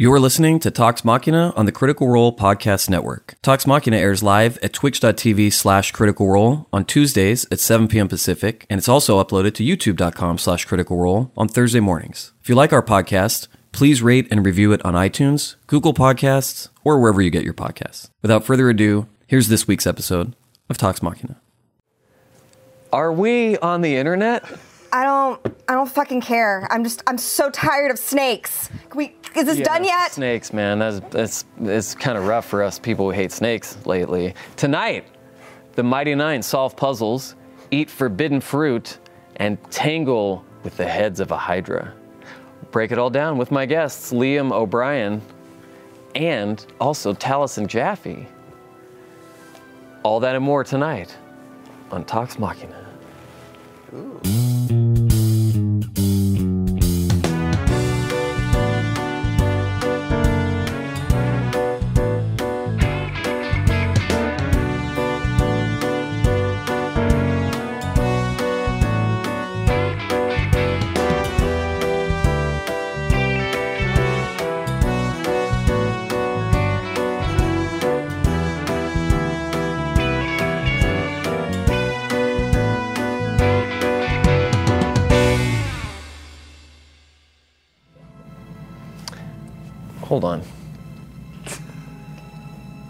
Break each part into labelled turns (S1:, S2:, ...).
S1: You are listening to Talks Machina on the Critical Role Podcast Network. Talks Machina airs live at twitch.tv slash critical role on Tuesdays at 7 p.m. Pacific, and it's also uploaded to youtube.com slash critical role on Thursday mornings. If you like our podcast, please rate and review it on iTunes, Google Podcasts, or wherever you get your podcasts. Without further ado, here's this week's episode of Talks Machina. Are we on the internet?
S2: I don't I don't fucking care. I'm just I'm so tired of snakes. Can we is this
S3: Yeah,
S2: done yet?
S3: Snakes, man. That's that's it's kind of rough for us people who hate snakes lately. Tonight, the Mighty Nine solve puzzles, eat forbidden fruit, and tangle with the heads of a hydra. Break it all down with my guests, Liam O'Brien, and also Taliesin Jaffe. All that and more tonight on Talks Machina. Hold on.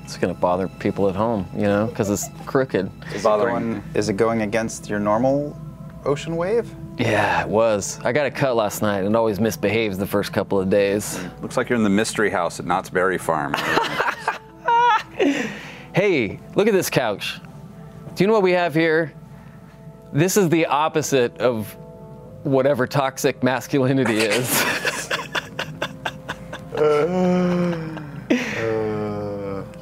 S3: It's gonna bother people at home, you know, because it's crooked.
S4: Is it, going, is it going against your normal ocean wave?
S3: Yeah, it was. I got a cut last night and it always misbehaves the first couple of days.
S5: Looks like you're in the mystery house at Knott's Berry Farm.
S3: Hey, look at this couch. Do you know what we have here? This is the opposite of whatever toxic masculinity is.
S4: Uh,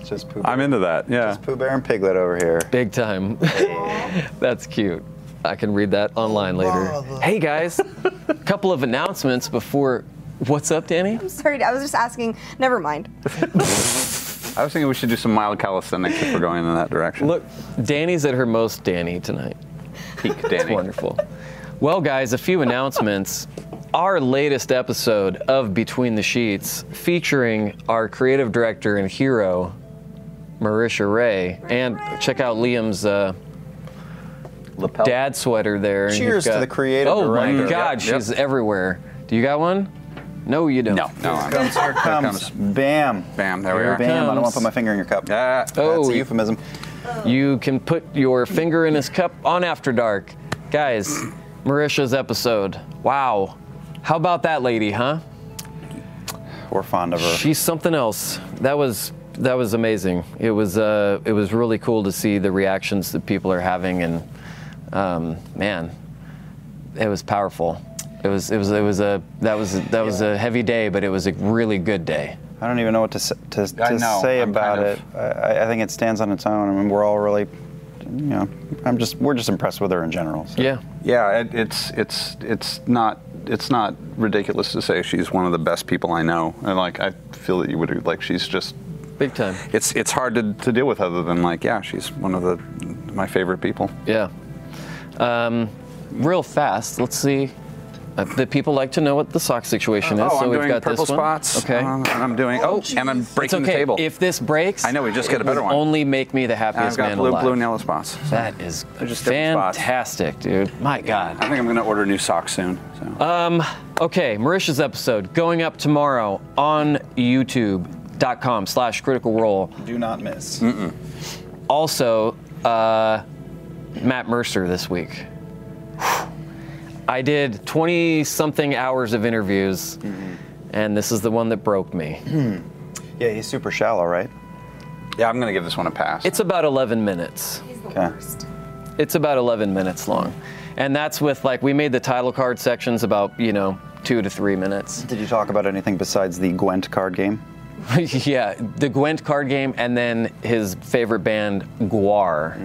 S4: just poo.
S5: I'm into that. Yeah.
S4: Just Pooh Bear and Piglet over here.
S3: Big time. That's cute. I can read that online later. Hey guys, a couple of announcements before. What's up, Danny?
S2: I'm sorry, I was just asking. Never mind.
S5: I was thinking we should do some mild calisthenics if we're going in that direction.
S3: Look, Danny's at her most Danny tonight.
S5: Peak
S3: It's
S5: Danny.
S3: wonderful. Well, guys, a few announcements. Our latest episode of Between the Sheets, featuring our creative director and hero, Marisha Ray, and check out Liam's uh,
S5: Lapel.
S3: dad sweater there. and you've
S4: Oh. Cheers to
S3: got-
S4: the creative
S3: Oh my
S4: director.
S3: God,
S5: Yep, yep.
S3: she's everywhere. Do you got one? No, you don't.
S5: No, no. I'm,
S4: Comes, here comes.
S5: comes.
S4: Bam.
S5: Bam, there we
S3: Here
S5: are.
S3: it comes.
S4: Bam. I don't want to put my finger in your cup.
S5: Ah,
S3: Oh,
S4: That's a euphemism.
S3: You can put your finger in his cup on After Dark. Guys, Marisha's episode. Wow. How about that lady, huh?
S4: We're fond of her.
S3: She's something else. That was that was amazing. It was uh, it was really cool to see the reactions that people are having, and um, man, it was powerful. It was it was it was a that was that was a heavy day, but it was a really good day.
S4: I don't even know what to s- to,
S5: I
S4: to
S5: know,
S4: say
S5: I'm
S4: about
S5: kind
S4: it. I, I think it stands on its own. I mean, we're all really, you know, I'm just we're just impressed with her in general. so.
S3: Yeah.
S5: Yeah, it, it's it's it's not it's not ridiculous to say she's one of the best people I know. And like I feel that you would like she's just
S3: Big time.
S5: it's it's hard to, to deal with other than like yeah she's one of the my favorite people.
S3: Yeah. Um, real fast. Let's see. Uh, the people like to know what the sock situation is,
S5: oh,
S3: so
S5: I'm
S3: we've
S5: doing
S3: got
S5: purple
S3: this one.
S5: spots.
S3: Okay.
S5: um, and I'm doing. Oh, and I'm breaking
S3: it's okay.
S5: the table.
S3: If this breaks,
S5: I know we just
S3: it
S5: got a better
S3: will
S5: one.
S3: Only make me the happiest
S5: I've got
S3: man
S5: blue,
S3: alive.
S5: blue, and yellow spots.
S3: That is
S5: different spots.
S3: fantastic, dude. My God.
S5: I think I'm gonna order new socks soon. So.
S3: Um, okay, Marisha's episode going up tomorrow on youtube.com slash critical role.
S4: Do not miss.
S3: Also, uh, Matt Mercer this week. Whew. I did 20 something hours of interviews,
S5: Mm-hmm.
S3: and this is the one that broke me.
S4: Yeah, he's super shallow, right?
S5: Yeah, I'm gonna give this one a pass.
S3: It's about 11 minutes.
S4: Okay.
S3: It's about 11 minutes long. And that's with, like, we made the title card sections about, you know, two to three minutes.
S4: Did you talk about anything besides the Gwent card game?
S3: yeah, the Gwent card game, and then his favorite band, Guar.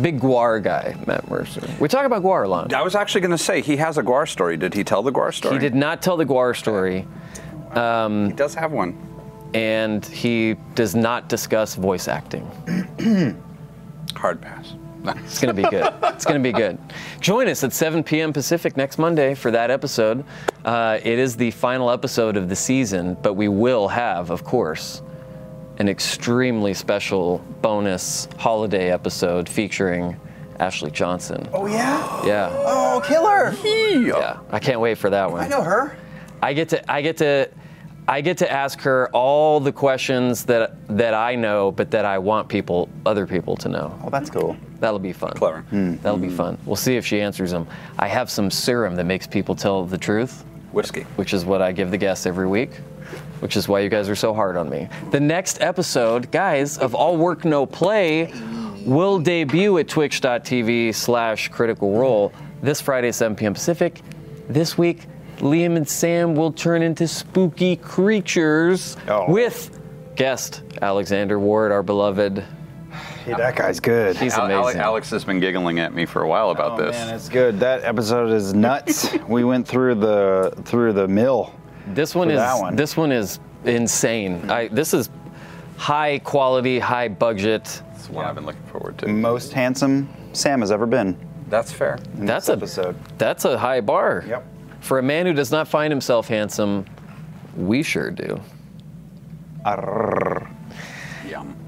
S3: Big Guar guy, Matt Mercer. We talk about Guar a lot.
S5: I was actually gonna say he has a Guar story. Did he tell the Guar story?
S3: He did not tell the Guar story. Um, he
S5: does have one.
S3: And he does not discuss voice acting.
S5: Hard pass.
S3: It's going to be good. It's going to be good. Join us at 7 p.m. Pacific next Monday for that episode. Uh, it is the final episode of the season, but we will have, of course, an extremely special bonus holiday episode featuring Ashley Johnson.
S6: Oh, yeah?
S3: Yeah.
S6: Oh, killer!
S3: Yeah. I can't wait for that one.
S6: I know her.
S3: I get to I get to I get to ask her all the questions that that I know, but that I want people, other people, to know.
S4: Oh, that's cool.
S3: That'll be fun. Clever. That'll be fun. We'll see if she answers them. I have some serum that makes people tell the truth.
S5: Whiskey.
S3: Which is what I give the guests every week. Which is why you guys are so hard on me. The next episode, guys, of All Work No Play will debut at twitch.tv slash critical role this Friday, 7 p.m. Pacific. This week, Liam and Sam will turn into spooky creatures
S5: Oh.
S3: with guest Alexander Ward, our beloved.
S4: Hey, that guy's good.
S3: He's
S5: Al- Ale-
S3: amazing.
S5: Alex has been giggling at me for a while about this.
S4: Oh, Man, it's good. That episode is nuts. we went through the through the mill.
S3: This one
S4: for
S3: is
S4: that one. Hmm.
S3: this one is insane. I, this is high quality, high budget.
S5: That's one I've been looking forward to.
S4: Most handsome Sam has ever been.
S5: That's fair.
S3: That's a
S4: episode.
S3: that's a high bar.
S4: Yep.
S3: For a man who does not find himself handsome, we sure do.
S4: Arrrr.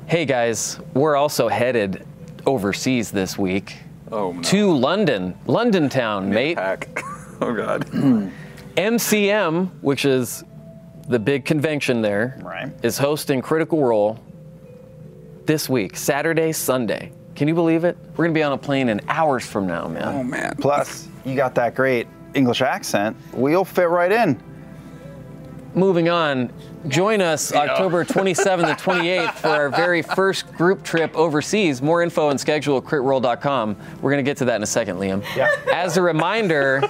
S3: Hey guys, we're also headed overseas this week
S5: Oh no.
S3: to London, London town, mate.
S5: Pack. Oh god.
S3: MCM, which is the big convention there, is
S4: Right.
S3: hosting Critical Role this week, Saturday, Sunday. Can you believe it? We're gonna be on a plane in hours from now, man.
S5: Oh man.
S4: Plus, you got that great English accent. We'll fit right in.
S3: Moving on, join us October 27th to 28th for our very first group trip overseas. More info and schedule at critroll.com. We're going to get to that in a second, Liam.
S4: Yeah.
S3: As a reminder,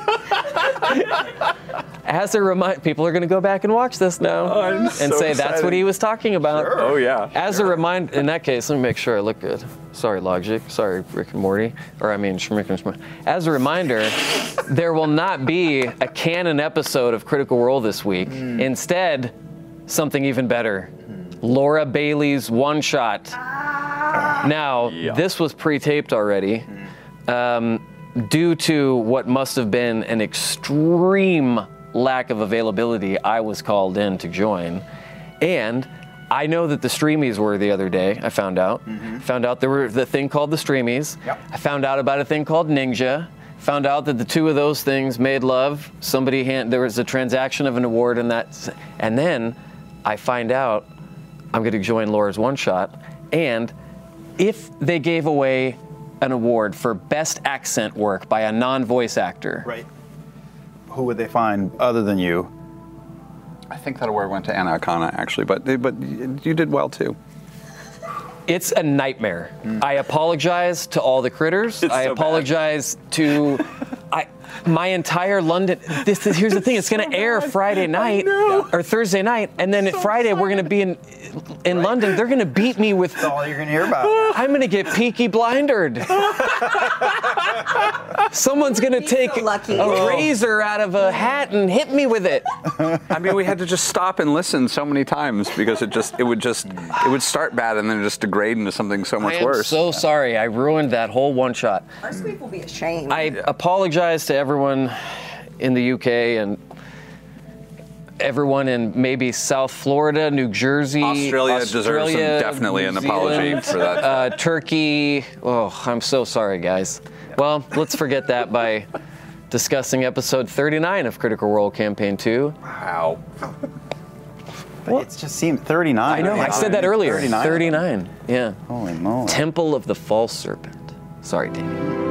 S3: as a reminder, people are going to go back and watch this now
S5: Oh, I'm
S3: and
S5: so
S3: say that's
S5: excited."
S3: what he was talking about.
S5: Oh yeah.
S3: As a reminder, in that case, let me make sure I look good. Sorry, Logic. Sorry, Rick and Morty. Or I mean, Schmick and Schmick. As a reminder, there will not be a canon episode of Critical Role this week.
S5: Hmm.
S3: Instead, something even better Laura Bailey's one shot.
S5: Ah.
S3: Now, this was pre taped already um, due to what must have been an extreme lack of availability, I was called in to join. And I know that the streamies were the other day, I found out. Found out there were the thing called the streamies.
S4: Yep.
S3: I found out about a thing called Ninja. Found out that the two of those things made love. Somebody hand, there was a transaction of an award and that. s- And then I find out I'm going to join Laura's one shot. And if they gave away an award for best accent work by a non-voice actor,
S4: Right. Who would they find other than you?
S5: I think that award went to Anna Akana actually, but but you did well too.
S3: it's a nightmare. I apologize to all the critters.
S5: Mm. It's
S3: I
S5: so bad.
S3: apologize to I my entire London. This, this- here's the thing. It's going to air Friday night or Thursday night, and then Friday we're going to be in in London. They're going to beat me with.
S4: That's all you're gonna hear about.
S3: I'm gonna get peaky blindered. Someone's gonna take
S2: lucky.
S3: a razor out of a hat and hit me with it.
S5: I mean, we had to just stop and listen so many times because it just it would just it would start bad and then just degrade into something so much
S3: I am
S5: worse.
S3: so sorry. I ruined that whole one shot.
S2: Our sweep will be ashamed.
S3: I apologize to everyone in the UK and everyone in maybe South Florida, New Jersey,
S5: Australia deserves some-
S3: Australia,
S5: definitely
S3: New
S5: an apology
S3: Zealand,
S5: for that.
S3: Uh, Turkey. Oh, I'm so sorry, guys. Well, let's forget that by discussing episode 39 of Critical Role Campaign 2.
S5: Wow.
S4: But it just seemed 39.
S3: I know. I said that earlier. 39. Yeah.
S4: Holy moly.
S3: Temple of the False Serpent. Sorry, Damien.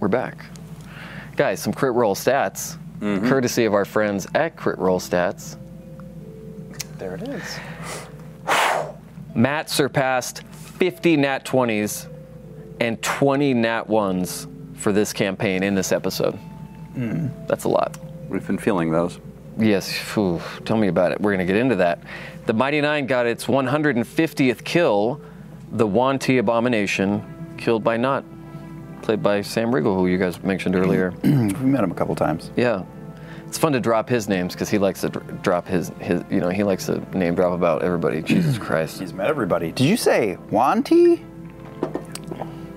S3: We're back. Guys, some crit roll stats,
S4: Mm-hmm.
S3: courtesy of our friends at Crit Roll Stats.
S4: There it is.
S3: Matt surpassed 50 nat 20s and 20 nat 1s for this campaign in this episode. That's a lot.
S5: We've been feeling those.
S3: Yes, phew, tell me about it. We're going to get into that. The Mighty Nine got its 150th kill, the Wanty Abomination, killed by Not, played by Sam Riegel, who you guys mentioned earlier.
S4: We've met him a couple times.
S3: Yeah. It's fun to drop his names because he likes to dr- drop his, his, you know, he likes to name drop about everybody. Jesus Christ.
S4: He's met everybody. Did you say Wanty?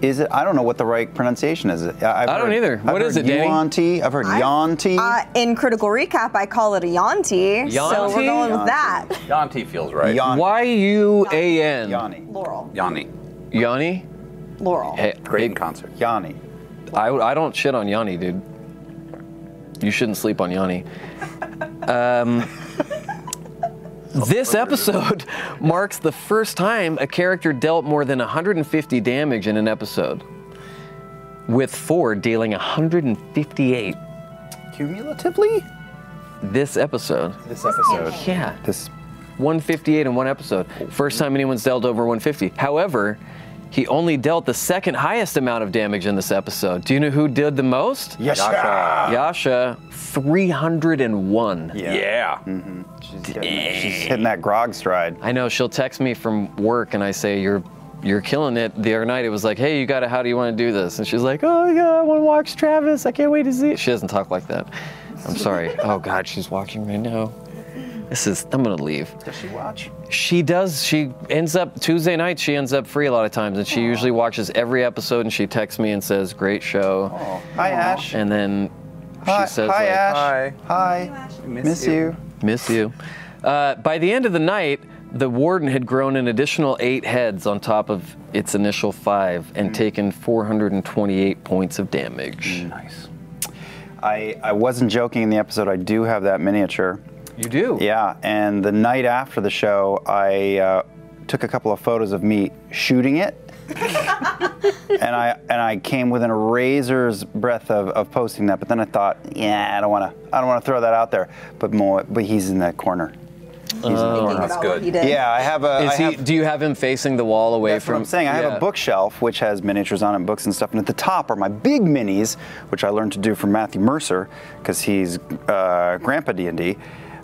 S4: Is it? I don't know what the right pronunciation is. I, I've
S3: I don't
S4: heard-
S3: either.
S4: I've
S3: What is
S4: heard
S3: it, Danny?
S4: Yuan-ti, I've heard Yanti.
S2: Uh, in critical recap, I call it a yonti, so we're
S3: Yonti?
S2: going with that.
S5: Yanti feels right.
S3: Y U A N.
S2: Laurel,
S5: Yanni.
S3: Yanni?
S2: Laurel.
S3: Hey,
S5: Great in concert.
S4: Yanni.
S3: I, I don't shit on Yanni, dude. You shouldn't sleep on Yanni. Um, this episode marks the first time a character dealt more than 150 damage in an episode, with four dealing 158
S4: Cumulatively?
S3: this episode.
S4: This episode.
S3: Yeah.
S4: This.
S3: 158 in one episode. First time anyone's dealt over 150. However, he only dealt the second highest amount of damage in this episode. Do you know who did the most?
S4: Yasha.
S3: Yasha, 301.
S4: Yeah.
S5: Mm-hmm.
S4: She's, getting- she's hitting that grog stride.
S3: I know she'll text me from work and I say, You're you're killing it. The other night it was like, Hey, you gotta how do you wanna do this? And she's like, Oh yeah, I wanna watch Travis. I can't wait to see it. She doesn't talk like that. I'm sorry. oh god, she's watching right now. This is I'm gonna leave.
S4: Does she watch?
S3: She does. She ends up Tuesday night. She ends up free a lot of times, and she usually watches every episode. And she texts me and says, "Great show,"
S4: Hi, Ash.
S3: and then she
S4: hi,
S3: says,
S4: hi,
S3: like,
S4: Ash. Hi. Miss, you.
S3: "Miss you." Uh, by the end of the night, the warden had grown an additional eight heads on top of its initial five, and taken 428 points of damage.
S4: Nice. I, I wasn't joking in the episode. I do have that miniature.
S3: You do.
S4: Yeah, and the night after the show, I uh, took a couple of photos of me shooting it, and I and I came within a razor's breadth of, of posting that. But then I thought, yeah, I don't want to, I don't want to throw that out there. But more, but he's in that corner.
S2: Thinking about what
S5: good.
S2: he did.
S4: Yeah, I have a.
S3: Is
S4: Uh, I
S3: he,
S4: have-
S3: do you have him facing the wall away
S4: that's
S3: from?
S4: what I'm saying. I have
S3: Yeah.
S4: a bookshelf which has miniatures on it, books and stuff. And at the top are my big minis, which I learned to do from Matthew Mercer because he's uh, Grandpa D and D.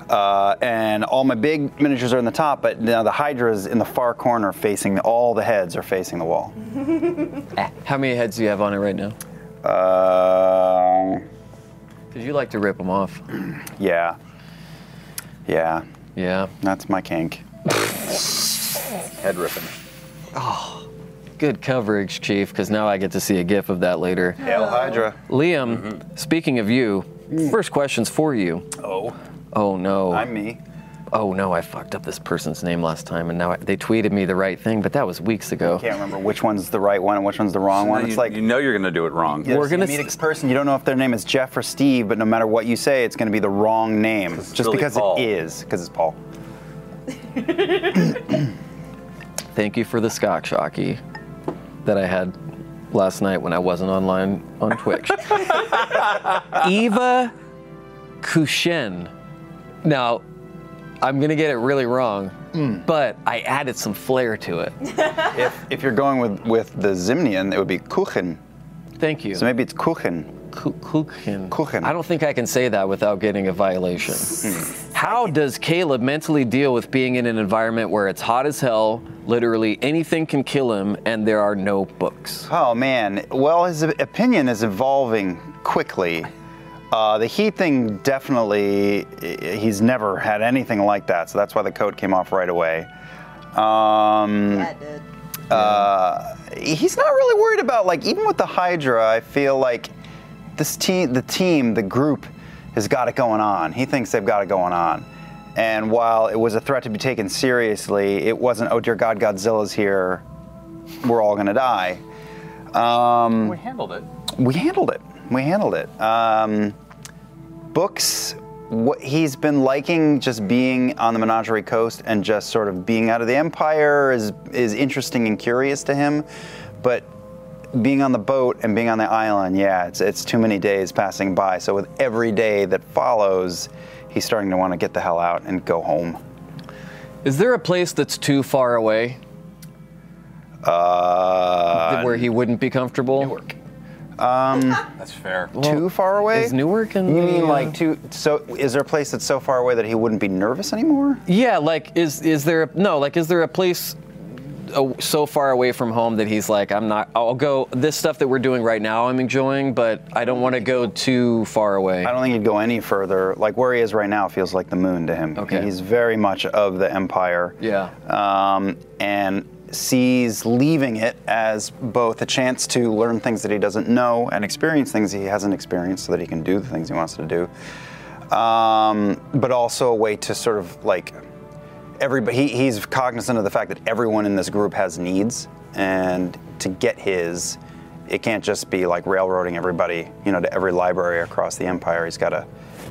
S4: Uh, and all my big miniatures are in the top, but now the Hydra is in the far corner, facing all the heads are facing the wall.
S3: How many heads do you have on it right now?
S4: Uh,
S3: Because you like to rip them off.
S4: yeah, yeah,
S3: Yeah.
S4: that's my kink.
S5: Head ripping.
S3: Good coverage, Chief, because now I get to see a GIF of that later.
S4: Hail Hydra!
S3: Liam, speaking of you, first question's for you.
S4: Mm-hmm. Hmm. Oh,
S3: Oh no.
S4: I'm me.
S3: oh no, I fucked up this person's name last time, and now I, they tweeted me the right thing, but that was weeks ago.
S4: Can't remember which one's the right one and which one's the wrong one.
S5: you,
S4: It's like
S5: you know you're gonna do it wrong.
S4: Yes,
S3: We're gonna
S4: you meet
S3: s-
S4: a person, you don't know if their name is Jeff or Steve, but no matter what you say, it's going to be the wrong name, just
S5: really
S4: because
S5: Paul.
S4: it is, because it's Paul.
S3: Thank you for the Scotch hockey that I had last night when I wasn't online on Twitch. Eva Kushen. Now, I'm gonna get it really wrong,
S4: Hmm.
S3: but I added some flair to it.
S4: If, if you're going with, with the Zimnian, it would be Kuchen.
S3: Thank you.
S4: So maybe it's Kuchen.
S3: Ku- Kuchen.
S4: Kuchen.
S3: I don't think I can say that without getting a violation.
S4: Hmm.
S3: How does Caleb mentally deal with being in an environment where it's hot as hell, literally anything can kill him, and there are no books?
S4: Oh man, well, his opinion is evolving quickly. Uh, the heat thing definitely, he's never had anything like that, so that's why the coat came off right away. Um, Uh, he's not really worried about like even with the Hydra. I feel like this team, the team, the group has got it going on. He thinks they've got it going on. And while it was a threat to be taken seriously, it wasn't. Oh dear God, Godzilla's here. We're all gonna die. Um,
S5: We handled it.
S4: we handled it. We handled it. Um, books. What he's been liking just being on the Menagerie Coast and just sort of being out of the Empire is is interesting and curious to him, but being on the boat and being on the island, yeah, it's it's too many days passing by. So with every day that follows, he's starting to want to get the hell out and go home.
S3: Is there a place that's too far away?
S4: Uh,
S3: where he wouldn't be comfortable?
S4: Newark. Um,
S5: That's fair.
S4: too far away?
S3: is Newark in
S4: You
S3: the,
S4: mean
S3: uh,
S4: like too? So is there a place that's so far away that he wouldn't be nervous anymore?
S3: Yeah, like is is there a, no like is there a place uh, so far away from home that he's like I'm not I'll go this stuff that we're doing right now I'm enjoying but I don't want to go too far away.
S4: I don't think he'd go any further. Like where he is right now feels like the moon to him.
S3: Okay.
S4: He's very much of the empire.
S3: Yeah.
S4: Um, and sees leaving it as both a chance to learn things that he doesn't know and experience things he hasn't experienced so that he can do the things he wants to do. Um, but also a way to sort of like everybody he, he's cognizant of the fact that everyone in this group has needs and to get his it can't just be like railroading everybody you know to every library across the empire he's got to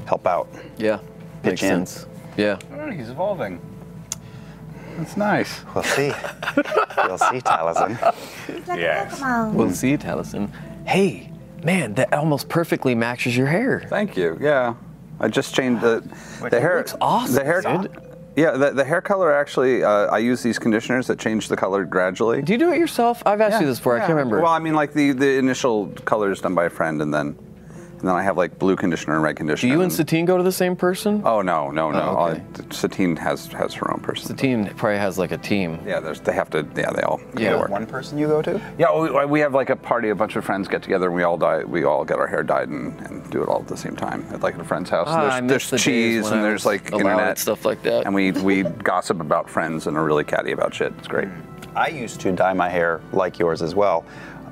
S4: help out
S3: Yeah, makes
S4: Pitch in.
S3: sense. Yeah.
S5: Oh, he's evolving. That's nice.
S4: we'll see we'll see taliesin
S5: Yes.
S3: We'll see, Taliesin. Hey, man, that almost perfectly matches your hair.
S5: Thank you. Yeah, I just changed the the hair.
S3: looks awesome,
S5: The hair.
S3: dude.
S5: Yeah, the, the hair color actually. Uh, I use these conditioners that change the color gradually.
S3: Do you do it yourself? I've asked you this before. I can't remember.
S5: Well, I mean, like the the initial color is done by a friend, and then and then I have like blue conditioner and red
S3: do
S5: conditioner.
S3: you and
S5: and-
S3: Satine go to the same person?
S5: Oh no, no, no.
S3: Oh, okay.
S5: I- Satine has has her own person.
S3: Satine probably has like a team.
S5: Yeah, there's, they have to. Yeah, they all.
S3: Yeah.
S5: they work.
S4: one person you go to
S5: Yeah, we, we have like a party. A bunch of friends get together, and we all dye, we all get our hair dyed and, and do it all at the same time at like at a friend's house.
S3: Ah,
S5: and
S3: I
S5: there's
S3: miss
S5: there's
S3: the days
S5: cheese
S3: when
S5: and
S3: I
S5: there's
S3: was
S5: like
S3: allowed
S5: internet
S3: stuff like that.
S5: And we we gossip about friends and are really catty about shit. It's great.
S4: i used to dye my hair like yours as well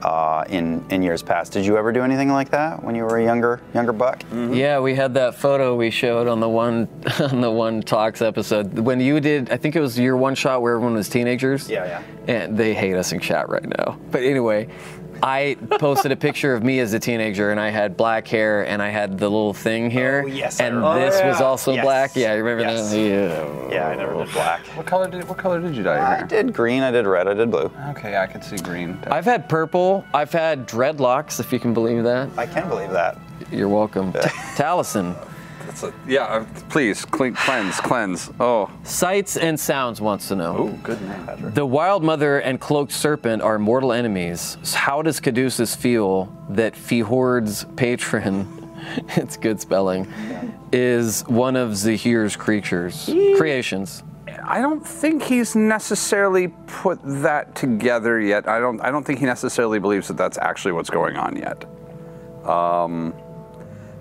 S4: uh, in in years past did you ever do anything like that when you were a younger younger buck
S3: Yeah, we had that photo we showed on the one on the one talks episode when you did. I think it was your one shot where everyone was teenagers.
S4: Yeah, yeah.
S3: And they hate us in chat right now. But anyway, I posted a picture of me as a teenager, and I had black hair, and I had the little thing here.
S4: Oh, yes, I
S3: And
S4: remember.
S3: this
S4: Oh,
S3: was
S4: yeah.
S3: also
S4: Yes.
S3: black. Yeah, you remember
S4: Yes.
S3: that? Yeah.
S4: yeah i never did black
S5: What color did what color did you dye
S4: i
S5: your hair?
S4: did green i did red i did blue
S5: Okay, I could see green.
S3: I've had purple. I've had dreadlocks, if you can believe that.
S4: i can believe that
S3: You're welcome. Taliesin,
S5: That's a- yeah, uh, please clean, cleanse, cleanse. Oh,
S3: sights and sounds wants to know.
S5: good name, Patrick.
S3: The wild mother and cloaked serpent are mortal enemies. How does Caduceus feel that Fihord's patron, it's good spelling, is one of Zahir's creatures, creations?
S5: I don't think he's necessarily put that together yet. I don't. I don't think he necessarily believes that that's actually what's going on yet. Um,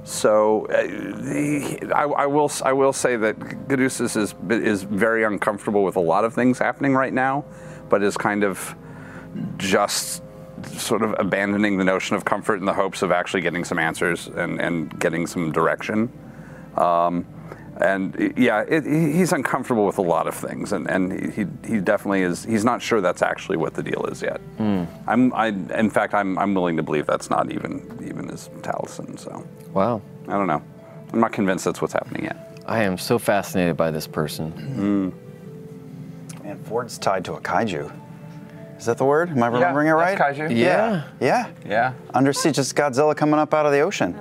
S5: so uh, the, I, I will. s- I will say that Caduceus is is very uncomfortable with a lot of things happening right now, but is kind of just sort of abandoning the notion of comfort in the hopes of actually getting some answers and, and getting some direction. Um, and y- yeah, it, he- he's uncomfortable with a lot of things, and, and he, he definitely is. He's not sure that's actually what the deal is yet. I'm, I, in fact, I'm, I'm willing to believe that's not even even his Taliesin. So
S3: Wow.
S5: I don't know. I'm not convinced that's what's happening yet.
S3: I am so fascinated by this person.
S4: Man, Ford's tied to a kaiju. Is that the word? Am I remembering it right?
S5: that's kaiju.
S4: Yeah.
S3: Yeah.
S4: Yeah.
S5: Yeah.
S4: Under sea, just Godzilla coming up out of the ocean.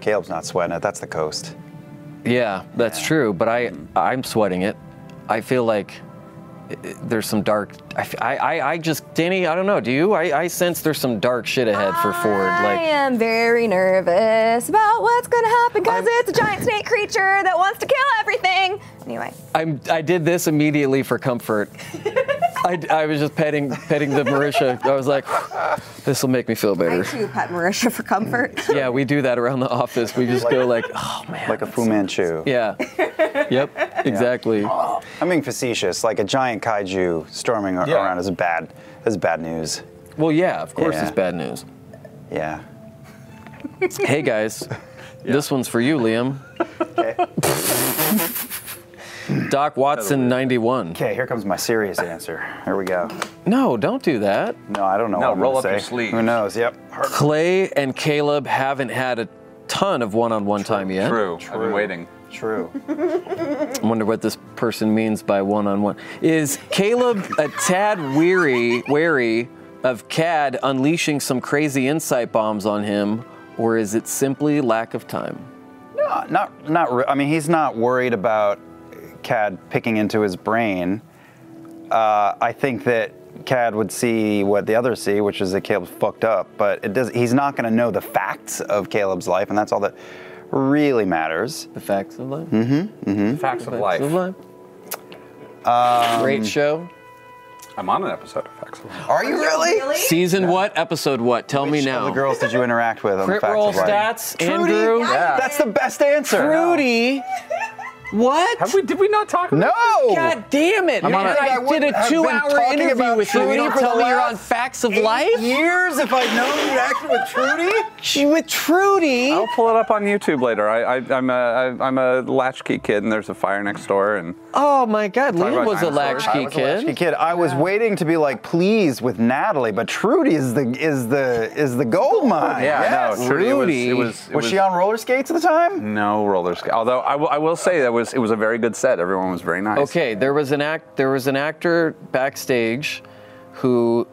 S4: Caleb's not sweating it. That's the coast.
S3: Yeah, that's true, but I, I'm sweating it. I feel like i- i- there's some dark. I, f- I, I- I just, Danny, I don't know. Do you? I, I sense there's some dark shit ahead for Ford.
S2: I
S3: Like,
S2: am very nervous about what's gonna happen because it's a giant snake creature that wants to kill everything. Anyway,
S3: I'm, I did this immediately for comfort. I, I was just petting petting the Marisha. I was like, this will make me feel
S2: I
S3: better.
S2: too pet Marisha for comfort.
S3: Yeah, we do that around the office. We just go like, oh man.
S4: Like a Fu Manchu.
S3: Yeah. Yep. Exactly.
S4: I'm being facetious. Like a giant kaiju storming a- around is bad. Is bad news.
S3: Well, yeah, of course
S4: Yeah.
S3: it's bad news.
S4: Yeah.
S3: hey guys, this one's for you, Liam. Doc Watson, 91.
S4: Okay, here comes my serious answer. Here we go.
S3: No, don't do that.
S4: No, I don't know.
S3: No,
S4: what I'm
S3: roll
S4: gonna
S3: up your
S4: say.
S3: sleeve.
S4: Who knows? Yep.
S3: Clay and Caleb haven't had a ton of one-on-one time yet.
S5: True. I've been waiting.
S4: True.
S3: I wonder what this person means by one-on-one. Is Caleb a tad weary, wary of Cad unleashing some crazy insight bombs on him, or is it simply lack of time?
S4: No, Uh, not not. Re- I mean, he's not worried about Cad picking into his brain. Uh, I think that Cad would see what the others see, which is that Caleb's fucked up. But it does. He's not going to know the facts of Caleb's life, and that's all that really matters.
S3: The facts of life.
S4: Mm-hmm. Mm-hmm.
S5: Facts of life.
S4: Um,
S3: Great show.
S5: I'm on an episode of Facts of Life.
S4: Are you really?
S3: Season what? Episode what? Tell me now.
S4: Of the girls did you interact with on
S3: Crit
S4: the facts
S3: roll
S4: of life?
S3: stats,
S4: Trudy?
S3: Andrew. Yeah.
S4: That's the best answer.
S3: Trudy. What?
S5: Have we? Did we not talk?
S4: No.
S3: God damn it!
S4: I'm
S3: man,
S4: on a-
S3: I
S4: I
S3: did
S4: wouldn't
S3: a
S4: have been
S3: two-hour
S4: talking
S3: interview
S4: about
S3: with you. You
S4: Trudy
S3: don't
S4: for
S3: tell
S4: the
S3: me you're
S4: last
S3: on Facts of
S4: eight
S3: Life.
S4: Years if I'd known you acted with Trudy.
S3: She with Trudy.
S5: I'll pull it up on YouTube later. I, I, I'm a I, I'm a latchkey kid, and there's a fire next door, and
S3: Oh my God,
S5: Talk
S3: Liam
S5: about
S3: was a
S5: dinosaurs.
S3: latchkey
S4: I was a latchkey
S3: kid.
S4: kid. I was waiting to be like pleased with Natalie, but Trudy is the is the is the gold mine.
S5: yeah,
S4: yes.
S5: no, Trudy, it was-
S3: Rudy.
S5: It was, it
S4: was, she on roller skates at the time?
S5: No roller skate. Although I will- I will say that was it was a very good set. Everyone was very nice.
S3: Okay, there was an act. There was an actor backstage, who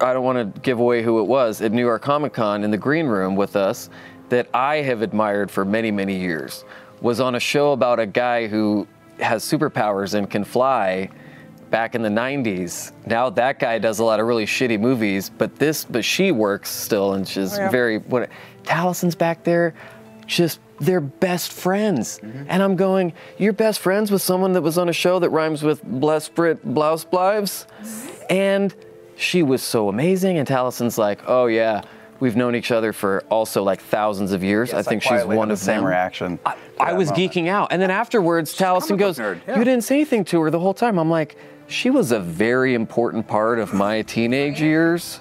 S3: I don't want to give away who it was at New York Comic Con in the green room with us, that I have admired for many many years. Was on a show about a guy who has superpowers and can fly. Back in the '90s, now that guy does a lot of really shitty movies, but this, but she works still, and she's very. What, Taliesin's back there, just they're best friends.
S5: Mm-hmm.
S3: And I'm going, you're best friends with someone that was on a show that rhymes with Blesprit Blouse Blives?
S5: Mm-hmm.
S3: And she was so amazing. And Taliesin's like, oh yeah, we've known each other for also like thousands of years. I think she's
S4: quietly
S3: one
S4: had
S3: of
S4: the same
S3: them.
S4: reaction.
S3: I, I was geeking out. And then afterwards, Taliesin
S5: comic
S3: goes,
S5: book nerd, yeah.
S3: You didn't say anything to her the whole time. I'm like, She was a very important part of my teenage years.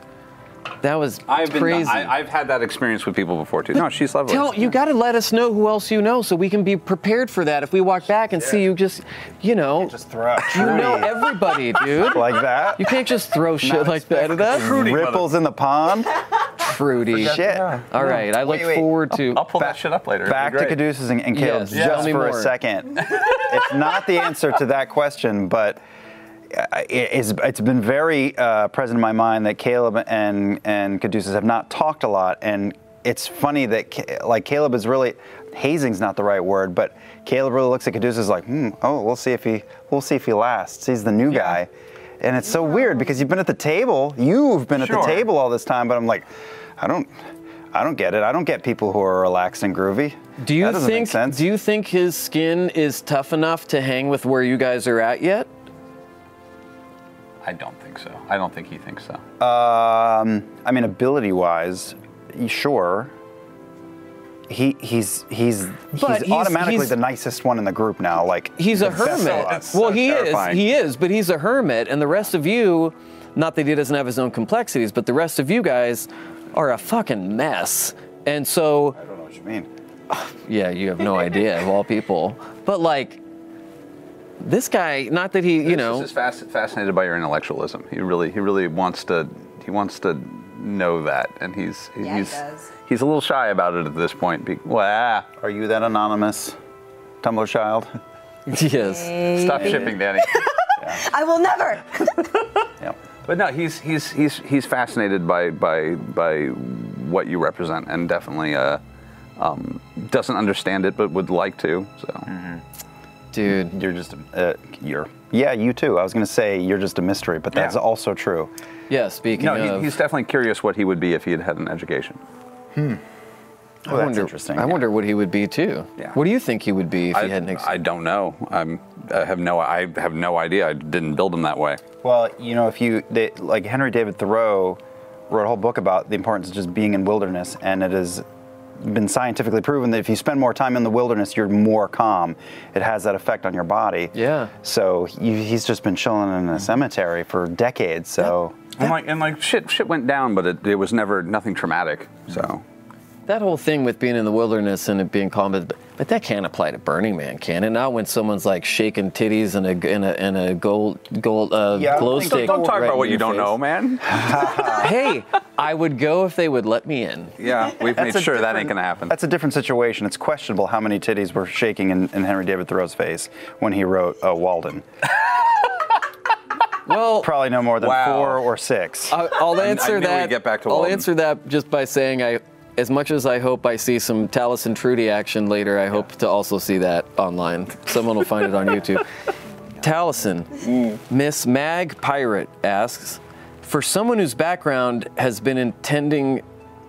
S3: That was
S5: I've been
S3: crazy.
S5: I, I've had that experience with people before too. no, she's lovely.
S3: Tell you got to let us know who else you know so we can be prepared for that. If we walk back and see you, just you know,
S4: Just throw out
S3: you
S4: Trudy
S3: know everybody, dude.
S4: like that.
S3: You can't just throw shit like that at us,
S4: Ripples in the pond.
S3: Trudy.
S4: Shit.
S3: All right, I look
S4: Wait, wait.
S3: forward to.
S5: I'll pull that shit up later. It'd be
S4: Back to
S5: great.
S4: Caduceus and, and Caleb
S3: Yes, tell
S4: just
S3: me
S4: for
S3: more.
S4: a second. it's not the answer to that question, but uh, it- it's, it's been very uh, present in my mind that Caleb and and Caduceus have not talked a lot, and it's funny that Ca- like Caleb is really hazing's not the right word, but Caleb really looks at Caduceus like, hmm, oh, we'll see if he we'll see if he lasts. He's the new guy, and it's so weird because you've been at the table, you've been at
S5: Sure.
S4: the table all this time, but I'm like, I don't. I don't get it. I don't get people who are relaxed and groovy.
S3: do you
S4: that doesn't
S3: think?
S4: Make sense.
S3: Do you think his skin is tough enough to hang with where you guys are at yet?
S5: I don't think so. I don't think he thinks so.
S3: Uh,
S4: Um, I mean, ability-wise, sure. He he's he's he's,
S3: But he's-
S4: automatically
S3: he's-
S4: the nicest one in the group now. Like
S3: He's a
S4: the best of
S3: hermit.
S4: us.
S3: well, he
S5: terrifying.
S3: is. He is, but he's a hermit, and the rest of you, not that he doesn't have his own complexities, but the rest of you guys are a fucking mess. And so,
S4: I don't know what you mean.
S3: yeah, you have no idea of all people. But like, this guy, not that he, you know,
S5: He's just fascinated by your intellectualism. He really, he really wants to, he wants to know that, and he's,
S2: Yeah, he
S5: he's,
S2: does.
S5: he's a little shy about it at this point. Be, wow,
S4: Are you that anonymous Tumblr child?
S3: yes.
S5: stop shipping, Danny.
S2: I will never.
S4: Yep.
S5: But no, he's he's he's he's fascinated by by by what you represent, and definitely uh, um, doesn't understand it, but would like to. So
S3: Mm-hmm. Dude,
S4: You're just a uh, you're yeah you too. I was gonna say you're just a mystery, but that's
S5: Yeah.
S4: also true.
S3: yeah, speaking
S5: no,
S3: of.
S5: he, he's definitely curious what he would be if he had had an education.
S4: Oh, that's interesting.
S3: I wonder what he would be too.
S5: Yeah.
S3: What do you think he would be if
S5: I,
S3: he hadn't? Ex-
S5: I don't know. I'm, I have no I have no idea. I didn't build him that way.
S4: Well, you know, if you they, like Henry David Thoreau wrote a whole book about the importance of just being in wilderness, and it is been scientifically proven that if you spend more time in the wilderness, you're more calm. It has that effect on your body.
S3: Yeah.
S4: So he- he's just been chilling in a cemetery for decades. So
S5: And like, and like shit, shit went down, but it, it was never nothing traumatic. So
S3: That whole thing with being in the wilderness and it being calm, but, but that can't apply to Burning Man, can it? Not when someone's like shaking titties and a and a, and a gold gold uh,
S5: Yeah,
S3: glow
S5: don't-
S3: stick.
S5: don't talk
S3: right
S5: about
S3: in
S5: what
S3: your
S5: you don't
S3: face.
S5: know, man.
S3: hey, I would go if they would let me in.
S5: Yeah, we've
S4: That's
S5: made
S4: a
S5: sure that ain't
S4: different-
S5: gonna happen.
S4: That's a different situation. It's questionable how many titties were shaking in, in Henry David Thoreau's face when he wrote uh, Walden.
S3: well,
S4: probably no more than
S3: Wow.
S4: four or six.
S3: I, I'll
S4: I
S3: answer
S4: knew we'd
S3: that.
S4: get back to
S3: I'll
S4: Walden.
S3: answer that just by saying I, as much as I hope I see some Talus and Trudy action later, I hope to also see that online. Someone will find it on YouTube. Taliesin,
S4: Mm.
S3: Miss Mag Pirate asks, for someone whose background has been in tending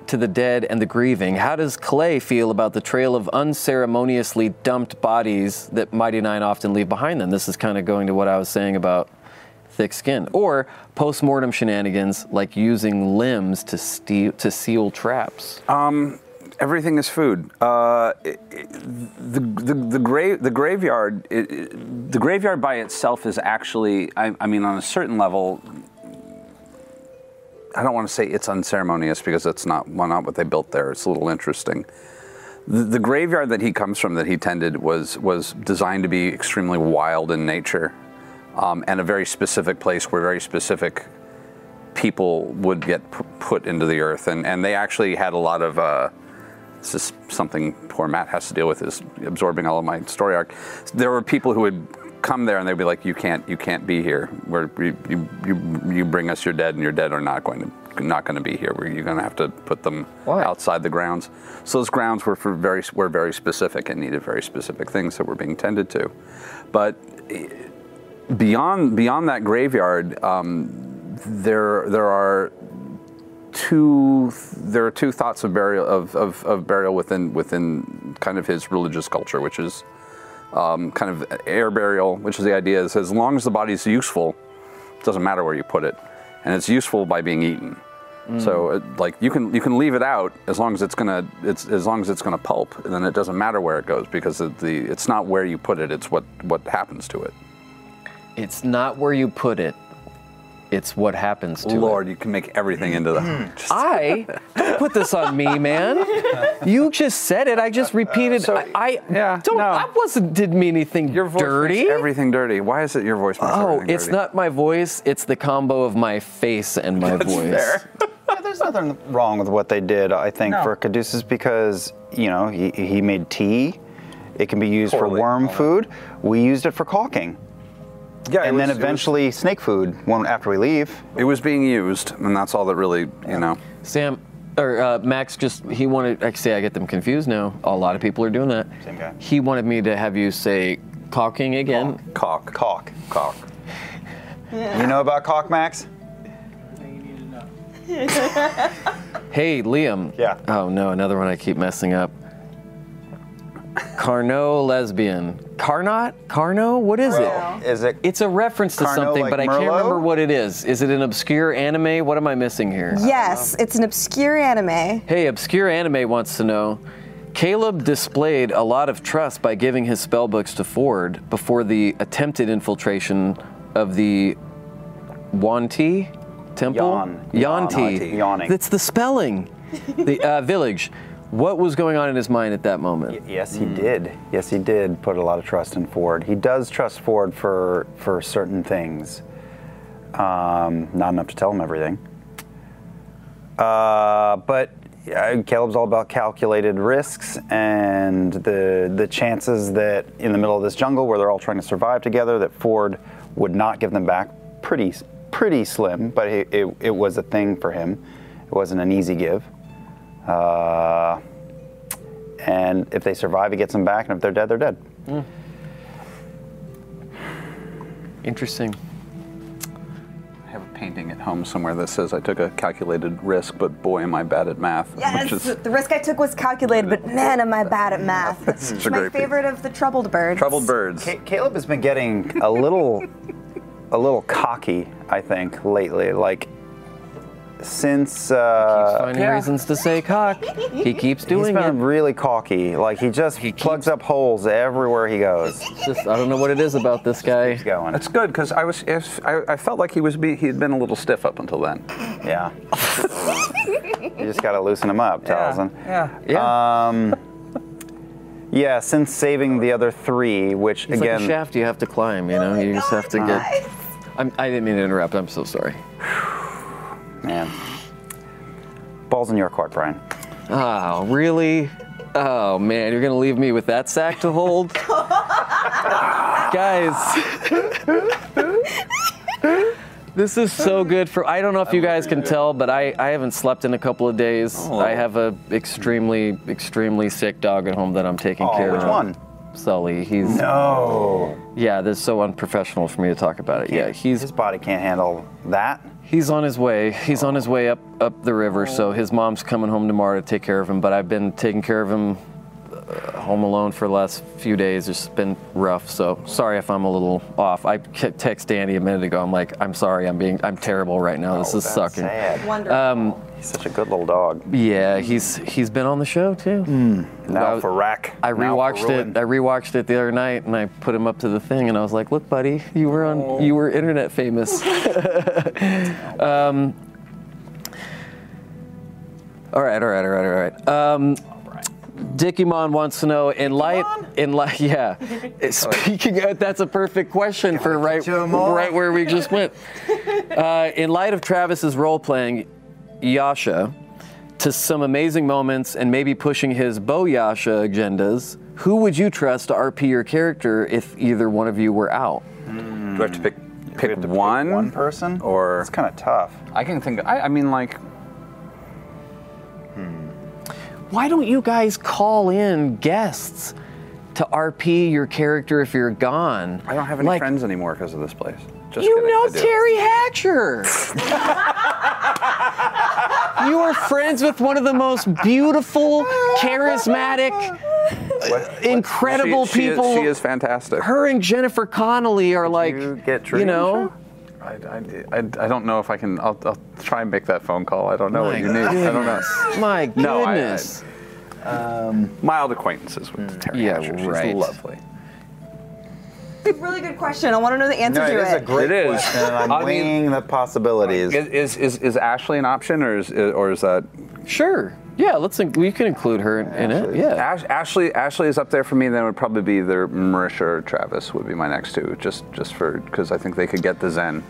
S3: to the dead and the grieving, how does Clay feel about the trail of unceremoniously dumped bodies that Mighty Nine often leave behind them? This is kind of going to what I was saying about thick skin or post-mortem shenanigans like using limbs to steal to seal traps
S5: Um, everything is food. Uh, it- it- the the the, gra- the graveyard it- it- the graveyard by itself is actually I, I mean on a certain level. I don't want to say it's unceremonious because that's not well, not what they built there. It's a little interesting. The, the graveyard that he comes from that he tended was was designed to be extremely wild in nature, um, and a very specific place where very specific people would get p- put into the earth, and, and they actually had a lot of. Uh, this is something poor Matt has to deal with is absorbing all of my story arc. There were people who would come there and they'd be like, "You can't, you can't be here. We're, you, you, you, you bring us your dead, and your dead are not going to not going to be here. We're, you're going to have to put them outside the grounds." So those grounds were for very were very specific and needed very specific things that were being tended to, but. eh, Beyond beyond that graveyard, um, there there are two there are two thoughts of burial of, of, of burial within within kind of his religious culture, which is um, kind of air burial, which is the idea is as long as the body is useful, it doesn't matter where you put it, and it's useful by being eaten.
S3: Mm.
S5: So it, like you can you can leave it out as long as it's gonna it's as long as it's gonna pulp, and then it doesn't matter where it goes because of the it's not where you put it, it's what what happens to it.
S3: it's not where you put it it's what happens to Mm.
S5: Lord, you can make everything into that.
S3: it i don't put this on me man you just said it i just repeated i, I don't i wasn't didn't mean anything your
S5: voice
S3: dirty
S5: makes everything dirty. Why is it your voice? Makes
S3: oh
S5: everything
S3: it's
S5: dirty?
S3: not my voice it's the combo of my face and my voice
S4: Yeah, there's nothing wrong with what they did, I think, for Caduceus because, you know, he, he made tea. It can be used for worm food. We used it for caulking.
S5: Yeah,
S4: and then
S5: was- it was-
S4: eventually snake food when, after we leave.
S5: It was being used, and that's all that really, you know.
S3: Sam or uh, Max just he wanted. I see, I get them confused now. A lot of people are doing that. Same guy. He wanted me to have you say caulking again.
S5: Caulk.
S4: Caulk. Caulk. You know about caulk, Max?
S3: Hey, Liam. Yeah. Oh no, another one I keep messing up. Carnot lesbian. Carnot? Carnot? What is it?
S4: Is it?
S3: It's a reference to
S2: Carnot
S3: something,
S2: like
S3: but I can't
S2: Merlot?
S3: remember what it is. Is it an obscure anime? What am I missing here?
S2: Yes, it's an obscure anime.
S3: Hey, obscure anime wants to know. Caleb displayed a lot of trust by giving his spellbooks to Ford before the attempted infiltration of the Wanti temple.
S4: Yon.
S3: Yanti.
S4: Yawning. Yawning.
S3: That's the spelling. the uh, village. What was going on in his mind at that moment?
S4: Yes, he did. Yes, he did put a lot of trust in Ford. He does trust Ford for for certain things. Um, not enough to tell him everything. Uh, but uh, Caleb's all about calculated risks and the the chances that in the middle of this jungle where they're all trying to survive together, that Ford would not give them back. Pretty pretty slim, but it, it, it was a thing for him. It wasn't an easy give. Uh, and if they survive, he gets them back, and if they're dead, they're dead.
S3: Interesting.
S5: I have a painting at home somewhere that says I took a calculated risk, but boy, am I bad at math.
S2: Yes,
S5: Which is
S2: the risk I took was calculated, but man, am I bad at math.
S5: That's such a
S2: my
S5: great piece.
S2: favorite of the troubled birds.
S5: troubled birds.
S4: Ca- Caleb has been getting a little, a little cocky, I think, lately. Like since. Uh,
S3: keeps finding Yeah. reasons to say cock. He keeps
S4: he's
S3: doing
S4: been really cocky. Like he just plugs up holes everywhere he goes.
S3: Just I don't know what it is about this guy. Keeps
S4: going.
S5: That's good because I was if, I, I felt like he was be, he had been a little stiff up until then.
S4: Yeah. you just gotta loosen him up, Talzin.
S5: Yeah.
S4: Yeah. Um, yeah, since saving the other three, which
S3: It's
S4: again.
S3: like a shaft you have to climb, you know? you just have to get. I'm, I didn't mean to interrupt. I'm so sorry.
S4: Man. Ball's in your court, Brian.
S3: Oh, really? Oh, man, you're going to leave me with that sack to hold? Guys. This is so good for. I don't know if you guys can tell, but I, I haven't slept in a couple of days.
S4: Oh.
S3: I have a extremely extremely sick dog at home that I'm taking
S4: Oh,
S3: care
S4: which
S3: of.
S4: one?
S3: Sully. He's
S4: No.
S3: Yeah, this is so unprofessional for me to talk about it. Yeah, he's
S4: his body can't handle that.
S3: He's on his way. He's on his way up up the river. So his mom's coming home tomorrow to take care of him. But I've been taking care of him uh, home alone for the last few days. It's been rough. So sorry if I'm a little off. I k- text Danny a minute ago. I'm like, I'm sorry. I'm being I'm terrible right now. this is sucking.
S4: sad.
S3: Wonderful. Um,
S4: he's such a good little dog.
S3: Yeah, he's he's been on the show too.
S4: Now
S3: I-
S4: for rack.
S3: I
S4: Now for
S3: rewatched
S4: ruin.
S3: it. I rewatched it the other night, and I put him up to the thing, and I was like, "Look, buddy, you were on.
S4: Oh.
S3: You were internet famous." um, all right, all right, all right, all right. Um, Dickymon wants to know in light in light yeah. Speaking of, that's a perfect question for right right where we just went. Uh, in light of Travis's role playing Yasha to some amazing moments and maybe pushing his Bo Yasha agendas, who would you trust to RP your character if either one of you were out?
S5: Do I have to pick pick one one
S4: person
S5: or
S4: it's kind of tough.
S5: I can think. I, I mean, like.
S3: Why don't you guys call in guests to RP your character if you're gone?
S5: I don't have any friends anymore because of this place. Just
S3: you
S5: kidding,
S3: know
S5: I do.
S3: Terry Hatcher. you are friends with one of the most beautiful, charismatic, incredible
S5: She- she is-
S3: people.
S5: she is fantastic.
S3: Her and Jennifer Connolly are like, you,
S5: get
S3: know.
S5: I, I, I, I don't know if I can. I'll, I'll try and make that phone call. I don't know
S3: My
S5: what you need. I don't know.
S3: goodness. My
S5: No, I- I-
S3: goodness.
S5: Mild acquaintances with Terry.
S3: Hmm. Yeah,
S5: Hatcher. She's
S3: right.
S5: lovely.
S2: Really good question. I want to know the answer
S4: No,
S2: to
S4: it is a
S2: it.
S4: great
S5: It is.
S4: question, and I'm
S5: I mean-
S4: weighing the possibilities.
S5: Is, is, is, is Ashley an option, or is or is that?
S3: Sure. Yeah, let's. inc- We can include her in, in it. Yeah.
S5: Ash, Ashley Ashley is up there for me. Then it would probably be either Marisha or Travis would be my next two, just just for because I think they could get the Zen.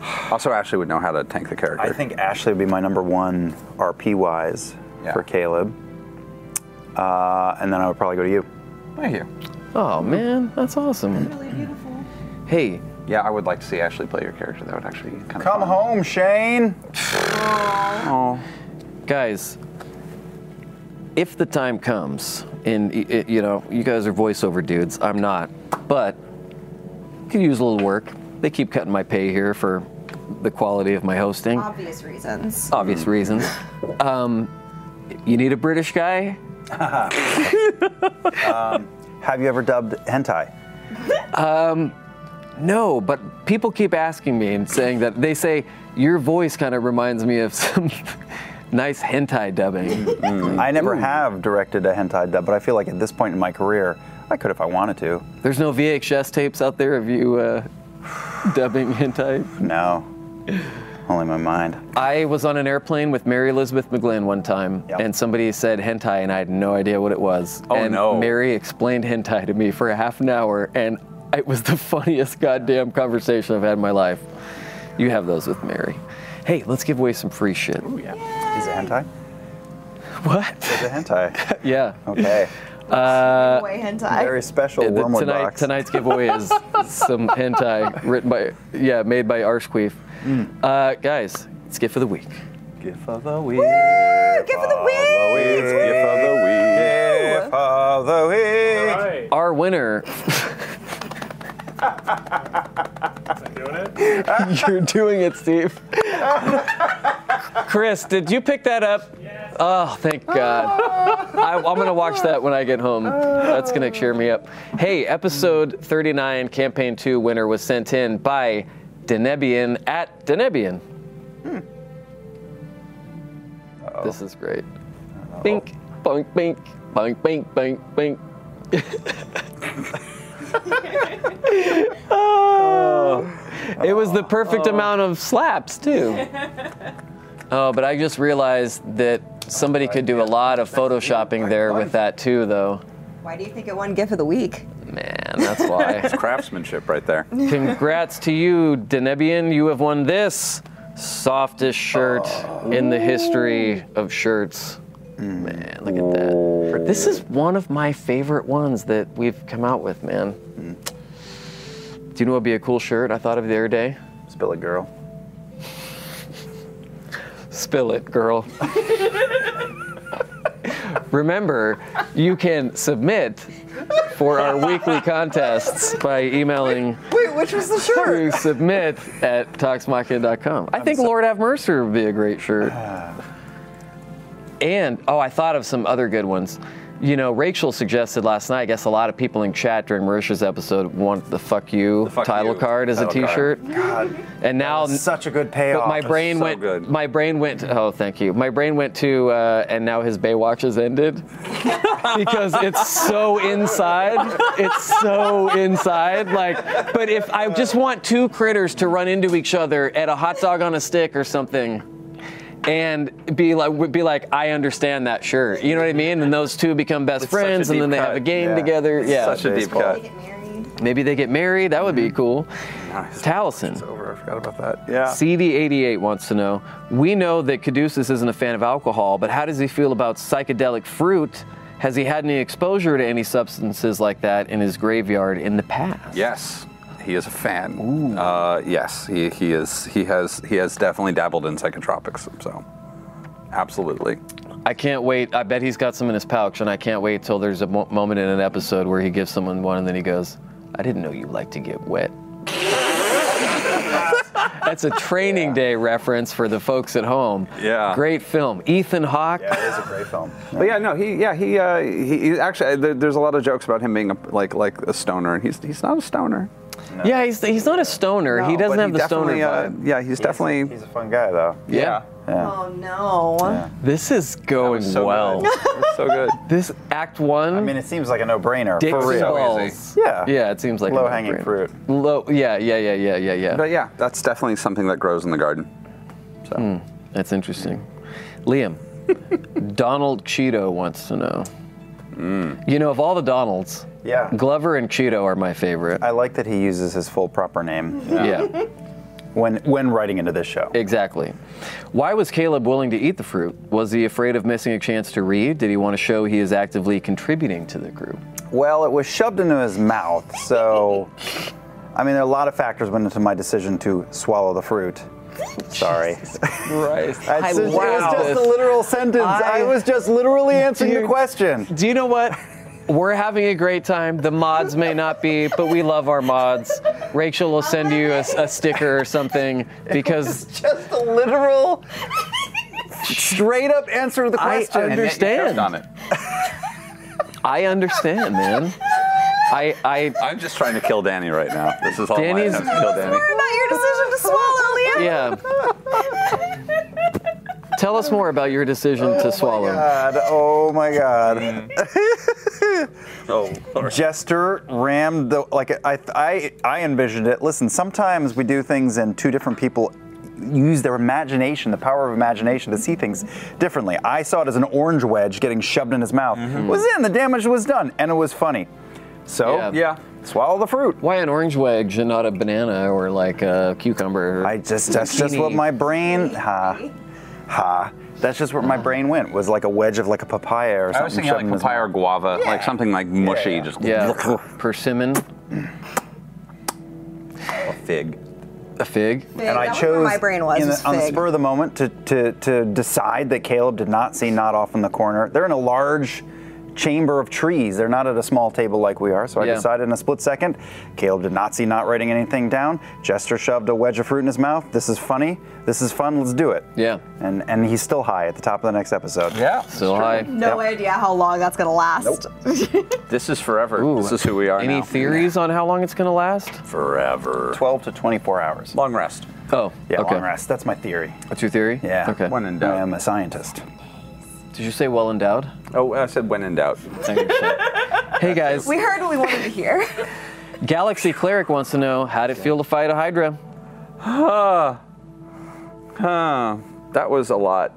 S5: Also, Ashley would know how to tank the character.
S4: I think Ashley would be my number one RP wise
S5: Yeah.
S4: for Caleb. Uh, and then I would probably go to you.
S5: Thank you.
S3: Oh man, that's awesome.
S2: Really beautiful.
S3: Hey,
S5: Yeah, I would like to see Ashley play your character. That would actually be kind of
S4: Come home, Shane.
S5: Oh.
S3: guys if the time comes and y- y- you know you guys are voiceover dudes i'm not but could use a little work they keep cutting my pay here for the quality of my hosting
S2: Obvious reasons.
S3: obvious reasons um, you need a british guy
S4: Have you ever dubbed hentai?
S3: no but people keep asking me and saying that they say your voice kind of reminds me of some nice hentai dubbing
S4: I never have directed a hentai dub, but I feel like at this point in my career, I could if I wanted to.
S3: there's no vhs tapes out there of you uh, dubbing hentai
S4: No, only my mind.
S3: I was on an airplane with Mary Elizabeth McGlynn one time,
S4: Yep.
S3: and somebody said hentai, and I had no idea what it was.
S5: Oh,
S3: and
S5: no.
S3: Mary explained hentai to me for a half an hour, and it was the funniest goddamn conversation I've had in my life. You have those with Mary. Hey, let's give away some free shit.
S4: Is it hentai?
S3: What?
S4: Is it hentai?
S3: yeah.
S4: Okay.
S2: Uh, hentai.
S4: Very special
S3: The-
S4: wormwood
S3: tonight,
S4: box.
S3: Tonight's giveaway is some hentai written by, yeah, made by Arsqueef. Uh, guys, it's gift of the week.
S4: Gift of the week.
S2: Give it the win.
S4: Gift of the week.
S3: Our winner. You're doing it, Steve. Chris, did you pick that up? Yes. Oh, thank God. I, I'm gonna watch that when I get home. That's gonna cheer me up. Hey, episode 39, campaign two winner was sent in by Denebian at Denebian. This is great. Bink, bunk, bink, bunk, bink, bink, bink. It was the perfect amount of slaps too. Oh, but I just realized that somebody could do a lot of photoshopping there with that too, though.
S2: Why do you think it won GIF of the Week?
S3: Man, that's why.
S5: It's craftsmanship right there.
S3: Congrats to you, Denebian. You have won this softest shirt in the history of shirts. Man, look at that. This is one of my favorite ones that we've come out with, man. Do you know what would be a cool shirt I thought of the other day?
S4: Spill it, girl.
S3: Spill it, girl. Remember, you can submit for our weekly contests by emailing
S2: Wait, which was the shirt?
S3: to submit at toxmachina.com. I think Lord Have Mercy would be a great shirt.
S2: Ah.
S3: And, oh, I thought of some other good ones. You know, Rachel suggested last night, I guess a lot of people in chat during Marisha's episode want the fuck you
S5: fuck
S3: title
S5: you
S3: card as a
S5: title card.
S3: t-shirt. And now
S4: Such a good payoff.
S3: but my brain
S5: so
S3: went.
S5: good.
S3: My brain went. Oh, thank you. My brain went to, uh, and now his Baywatch has ended, because it's so inside. It's so inside. Like, but if I just want two critters to run into each other at a hot dog on a stick or something, and be like, would be like, I understand that shirt. You know what I mean? And those two become best
S5: such a
S3: friends, and
S5: deep
S3: then they have
S5: cut.
S3: a game
S4: Yeah.
S3: together.
S4: It's
S3: yeah.
S5: Such a Mm-hmm. deep
S4: baseball.
S5: cut.
S3: Maybe they get married. That would be cool.
S5: Nice.
S3: Tallison.
S5: It's over. I forgot about that. Yeah.
S3: CD88 wants to know We know that Caduceus isn't a fan of alcohol, but how does he feel about psychedelic fruit? Has he had any exposure to any substances like that in his graveyard in the past?
S5: Yes, he is a fan. Uh, yes, he, he is. He has he has definitely dabbled in psychotropics. So, absolutely.
S3: I can't wait. I bet he's got some in his pouch, and I can't wait till there's a mo- moment in an episode where he gives someone one and then he goes, I didn't know you liked to get wet. That's a training day reference for the folks at home.
S5: Yeah.
S3: Great film. Ethan Hawke.
S4: Yeah, it is a great film.
S5: But yeah, no, he yeah he uh, he, he actually there, there's a lot of jokes about him being a, like like a stoner, and he's he's not a stoner.
S3: Yeah, he's, he's not a stoner. he
S5: No,
S3: doesn't
S5: but
S3: have
S5: he
S3: the stoner
S5: definitely, uh,
S3: vibe.
S5: yeah, he's definitely.
S4: He's a fun guy, though.
S3: yeah.
S2: Oh no.
S3: This is going
S5: so
S3: well.
S5: good. It's so good.
S3: this act one,
S4: I mean, it seems like a no-brainer.
S3: Dixie
S4: for real.
S3: balls.
S4: Yeah.
S3: Yeah, it seems like a
S4: Low-hanging
S3: no-brainer.
S4: fruit.
S3: Low, yeah, yeah, yeah, yeah, yeah, yeah.
S5: But yeah, that's definitely something that grows in the garden. So
S3: That's interesting. Liam, Donald Cheeto wants to know.
S4: Mm.
S3: You know, of all the Donalds,
S4: Yeah.
S3: Glover and Cheeto are my favorite.
S4: I like that he uses his full proper name uh,
S3: yeah,
S4: when when writing into this show.
S3: exactly. Why was Caleb willing to eat the fruit? Was he afraid of missing a chance to read? Did he want to show he is actively contributing to the group?
S4: Well, it was shoved into his mouth, so I mean, there are a lot of factors went into my decision to swallow the fruit. Sorry.
S3: Right.
S4: That's- it was just a literal sentence. I,
S3: I-
S4: was just literally answering the
S3: Dude.
S4: question.
S3: Do you know what? We're having a great time. The mods may not be, but we love our mods. Rachel will send you a, a sticker or something because
S4: Just a literal, straight up answer to the
S3: I
S4: question.
S3: under- Understand.
S5: on it.
S3: I understand, man. I, I,
S5: I'm just trying to kill Danny right now. This is all
S3: Danny's-
S5: my attempt to kill Danny.
S2: Or not your decision to swallow, Liam.
S3: yeah. Tell us more about your decision to swallow.
S4: Oh God, oh my God!
S5: Mm. Oh, Lord.
S4: Jester rammed the like. I, I I envisioned it. Listen, sometimes we do things and two different people use their imagination, the power of imagination, to see things differently. I saw it as an orange wedge getting shoved in his mouth.
S5: Mm-hmm.
S4: It was in. The damage was done, and it was funny. So
S3: Yeah.
S5: Yeah.
S4: swallow the fruit.
S3: Why an orange wedge and not a banana or like a cucumber?
S4: I just that's just
S3: Zucchini.
S4: what my brain ha ha. That's just where my brain went was like a wedge of like a papaya or something.
S5: Uh. I was thinking
S4: shoved
S5: like
S4: in his
S5: papaya or
S4: mouth.
S5: guava, like something like mushy,
S4: yeah.
S5: just
S3: yeah, persimmon,
S5: a fig.
S3: a fig.
S4: And I
S2: That was where
S4: chose
S2: my brain was,
S4: in the-
S2: was
S4: on the
S2: fig.
S4: spur of the moment to, to to decide that Caleb did not see Not off in the corner. They're in a large chamber of trees. They're not at a small table like we are. So I
S3: Yeah.
S4: decided in a split second. Caleb did not see not writing anything down. Jester shoved a wedge of fruit in his mouth. This is funny. This is fun. Let's do it.
S3: Yeah.
S4: And and he's still high at the top of the next episode.
S5: Yeah.
S3: So hi.
S2: No idea how long that's gonna last.
S5: This is forever.
S3: Ooh.
S5: This is who we are
S3: Any
S5: now.
S3: theories on how long it's gonna last?
S5: Forever.
S4: 12 to 24 hours.
S5: Long rest.
S3: Oh,
S4: Yeah,
S3: okay.
S4: long rest. That's my theory.
S3: That's your theory?
S4: Yeah.
S3: Okay.
S5: When in
S4: I
S5: doubt.
S4: am a scientist.
S3: Did you say well endowed?
S5: Oh, I said when in doubt.
S3: hey guys.
S2: We heard what we wanted to hear.
S3: Galaxy Cleric wants to know how'd it feel to fight a Hydra?
S5: Huh. Huh. That was a lot.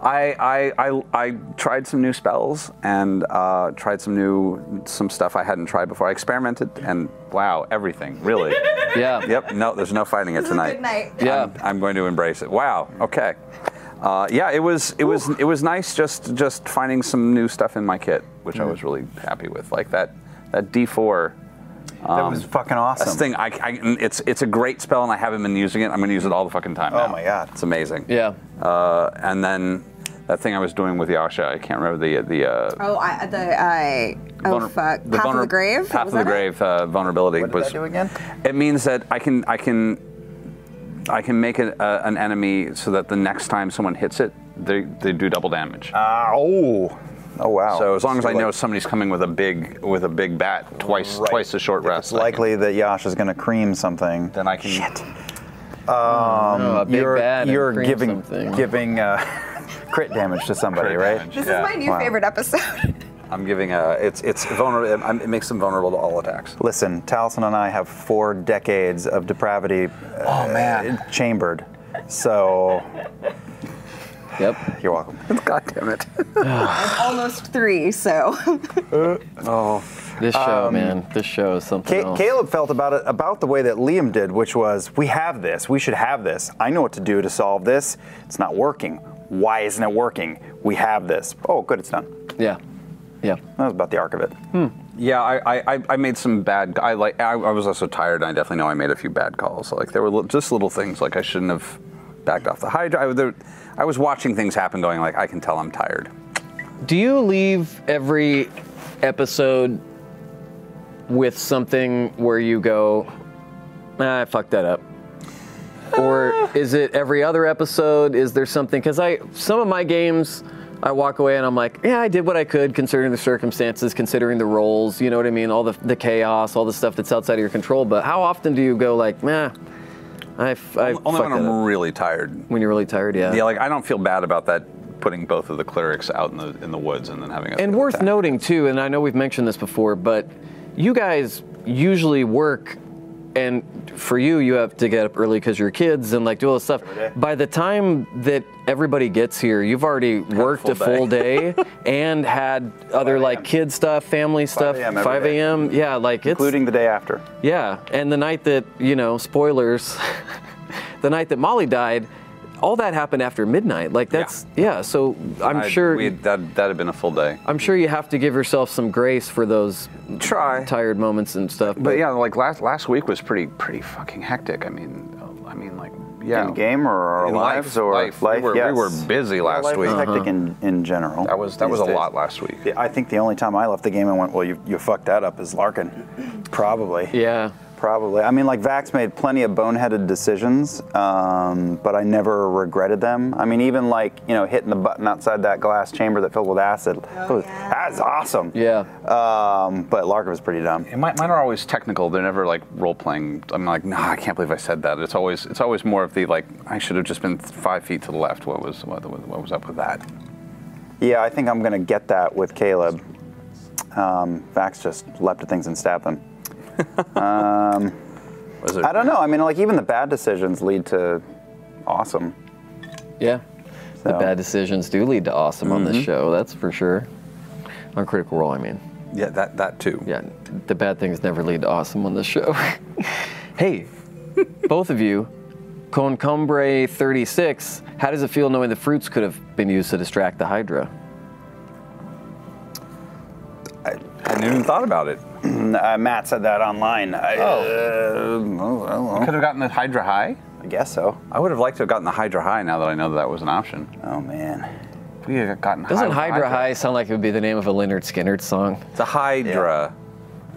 S5: I, I, I, I tried some new spells and uh, tried some new some stuff I hadn't tried before. I experimented and wow, everything really.
S3: Yeah.
S5: Yep. No, there's no fighting it
S2: This is a
S5: tonight.
S2: good night.
S3: Yeah.
S5: I'm, I'm going to embrace it. Wow. Okay. Uh, yeah, it was it was it was nice just just finding some new stuff in my kit, which
S4: Mm.
S5: I was really happy with. Like that that D4.
S4: that was fucking
S5: That's the
S4: awesome.
S5: thing. I, I- it's it's a great spell, and I haven't been using it. I'm going to use it all the fucking time.
S4: Oh
S5: now.
S4: my God.
S5: it's amazing.
S3: Yeah.
S5: Uh, and then that thing I was doing with Yasha, I can't remember the the. Uh,
S2: Oh, I, the I. Oh
S5: vulner-
S2: fuck. Path of
S5: vulner-
S2: the grave.
S5: Path
S2: Was
S5: of the
S2: that it?
S5: grave uh, vulnerability
S4: What did
S5: was.
S4: that do again?
S5: It means that I can I can I can make it a, an enemy so that the next time someone hits it, they they do double damage.
S4: Ow. Ah, Oh wow.
S5: so as long as
S4: So
S5: I know
S4: like-
S5: somebody's coming with a big with a big bat, twice
S4: Right.
S5: twice the short
S4: If
S5: rest.
S4: It's
S5: I can-
S4: likely that Yash is going to cream something.
S5: then I can.
S4: Um,
S3: no, Mm, a big
S4: you're
S3: bad and
S4: you're
S3: cream
S4: giving
S3: something.
S4: giving uh, crit damage to somebody,
S5: Crit
S4: right?
S5: damage.
S2: This
S5: Yeah,
S2: is my new
S4: wow.
S2: favorite episode.
S5: I'm giving a. It's it's vulnerable. It, it makes them vulnerable to all attacks.
S4: Listen, Taliesin and I have four decades of depravity. Oh man. Chambered. So
S3: Yep.
S4: you're welcome.
S5: God damn it.
S2: Almost three, so.
S3: This show,
S4: Um,
S3: man. This show is something
S4: Ca-
S3: else.
S4: Caleb felt about it about the way that Liam did, which was, "We have this. We should have this. I know what to do to solve this. It's not working. Why isn't it working? We have this. Oh, good, it's done."
S3: Yeah. Yeah.
S4: That was about the arc of it.
S5: Yeah, I, I- I, I made some bad. I like I, I was also tired. and I definitely know I made a few bad calls. Like there were li- just little things like I shouldn't have backed off the hydra. I, there, I was watching things happen, going like I can tell I'm tired.
S3: Do you leave every episode with something where you go, ah, I fucked that up?
S5: Ah.
S3: Or is it every other episode? Is there something? Because I some of my games, I walk away and I'm like, yeah, I did what I could considering the circumstances, considering the roles, you know what I mean, all the, the chaos, all the stuff that's outside of your control. But how often do you go like, nah, I, f- I
S5: Only
S3: fucked
S5: when
S3: that
S5: I'm
S3: up.
S5: really tired.
S3: when you're really tired,
S5: Yeah, like I don't feel bad about that putting both of the clerics out in the in the woods and then having a
S3: And worth noting too, and I know we've mentioned this before, but you guys usually work, and for you, you have to get up early because you're kids and like do all this stuff. By the time that everybody gets here, you've already worked a
S5: full
S3: full day and had other like kid stuff, family stuff.
S4: 5 a.m. every
S3: Five
S4: day.
S3: a.m. Yeah, like it's
S4: Including the day after.
S3: yeah, and the night that you know, spoilers, the night that Molly died. All that happened after midnight. Like that's yeah. so I'm
S5: I-
S3: sure
S5: we- that that had been a full day.
S3: I'm sure you have to give yourself some grace for those
S5: Try.
S3: tired moments and stuff.
S5: But yeah, like last last week was pretty pretty fucking hectic. I mean, oh, I mean like yeah.
S4: In game or our
S5: In life,
S4: lives or
S5: life. We were- we were busy
S4: Yeah,
S5: last
S4: life was
S5: week. Uh-huh.
S4: Hectic in, in general.
S5: That was that
S4: these
S5: was a
S4: days.
S5: lot last week.
S4: The- I think the only time I left the game and went, well, you, you fucked that up is Larkin. Probably.
S3: yeah,
S4: Probably. I mean, like Vax made plenty of boneheaded decisions, um, but I never regretted them. I mean, even like you know hitting the button outside that glass chamber that filled with acid. That's awesome.
S3: Oh, yeah.
S4: Um, but Larkin was pretty dumb.
S5: And mi- Mine are always technical. They're never like role playing. I'm like, nah, I can't believe I said that. It's always it's always more of the like, I should have just been five feet to the left. What was what, what was up with that?
S4: Yeah, I think I'm gonna get that with Caleb. Um, Vax just leapt at things and stabbed them.
S5: Was it
S4: I don't know. I mean, like even the bad decisions lead to awesome.
S3: Yeah. The
S4: So-
S3: bad decisions do lead to awesome on this show, that's for sure. On Critical Role, I mean.
S5: Yeah, that that too.
S3: Yeah, the bad things never lead to awesome on this show. hey, both of you, Concombre 36, how does it feel knowing the fruits could have been used to distract the Hydra?
S5: I hadn't even thought about it.
S4: Uh, Matt said that online. I, oh. Uh, well, I don't know.
S5: Could have gotten the Hydra high.
S4: I guess so.
S5: I would have liked to have gotten the Hydra high. Now that I know that, that was an option.
S4: Oh man.
S5: We have gotten
S3: Doesn't
S5: high with
S3: Hydra High sound like it would be the name of a Leonard Skinner song?
S5: It's a Hydra.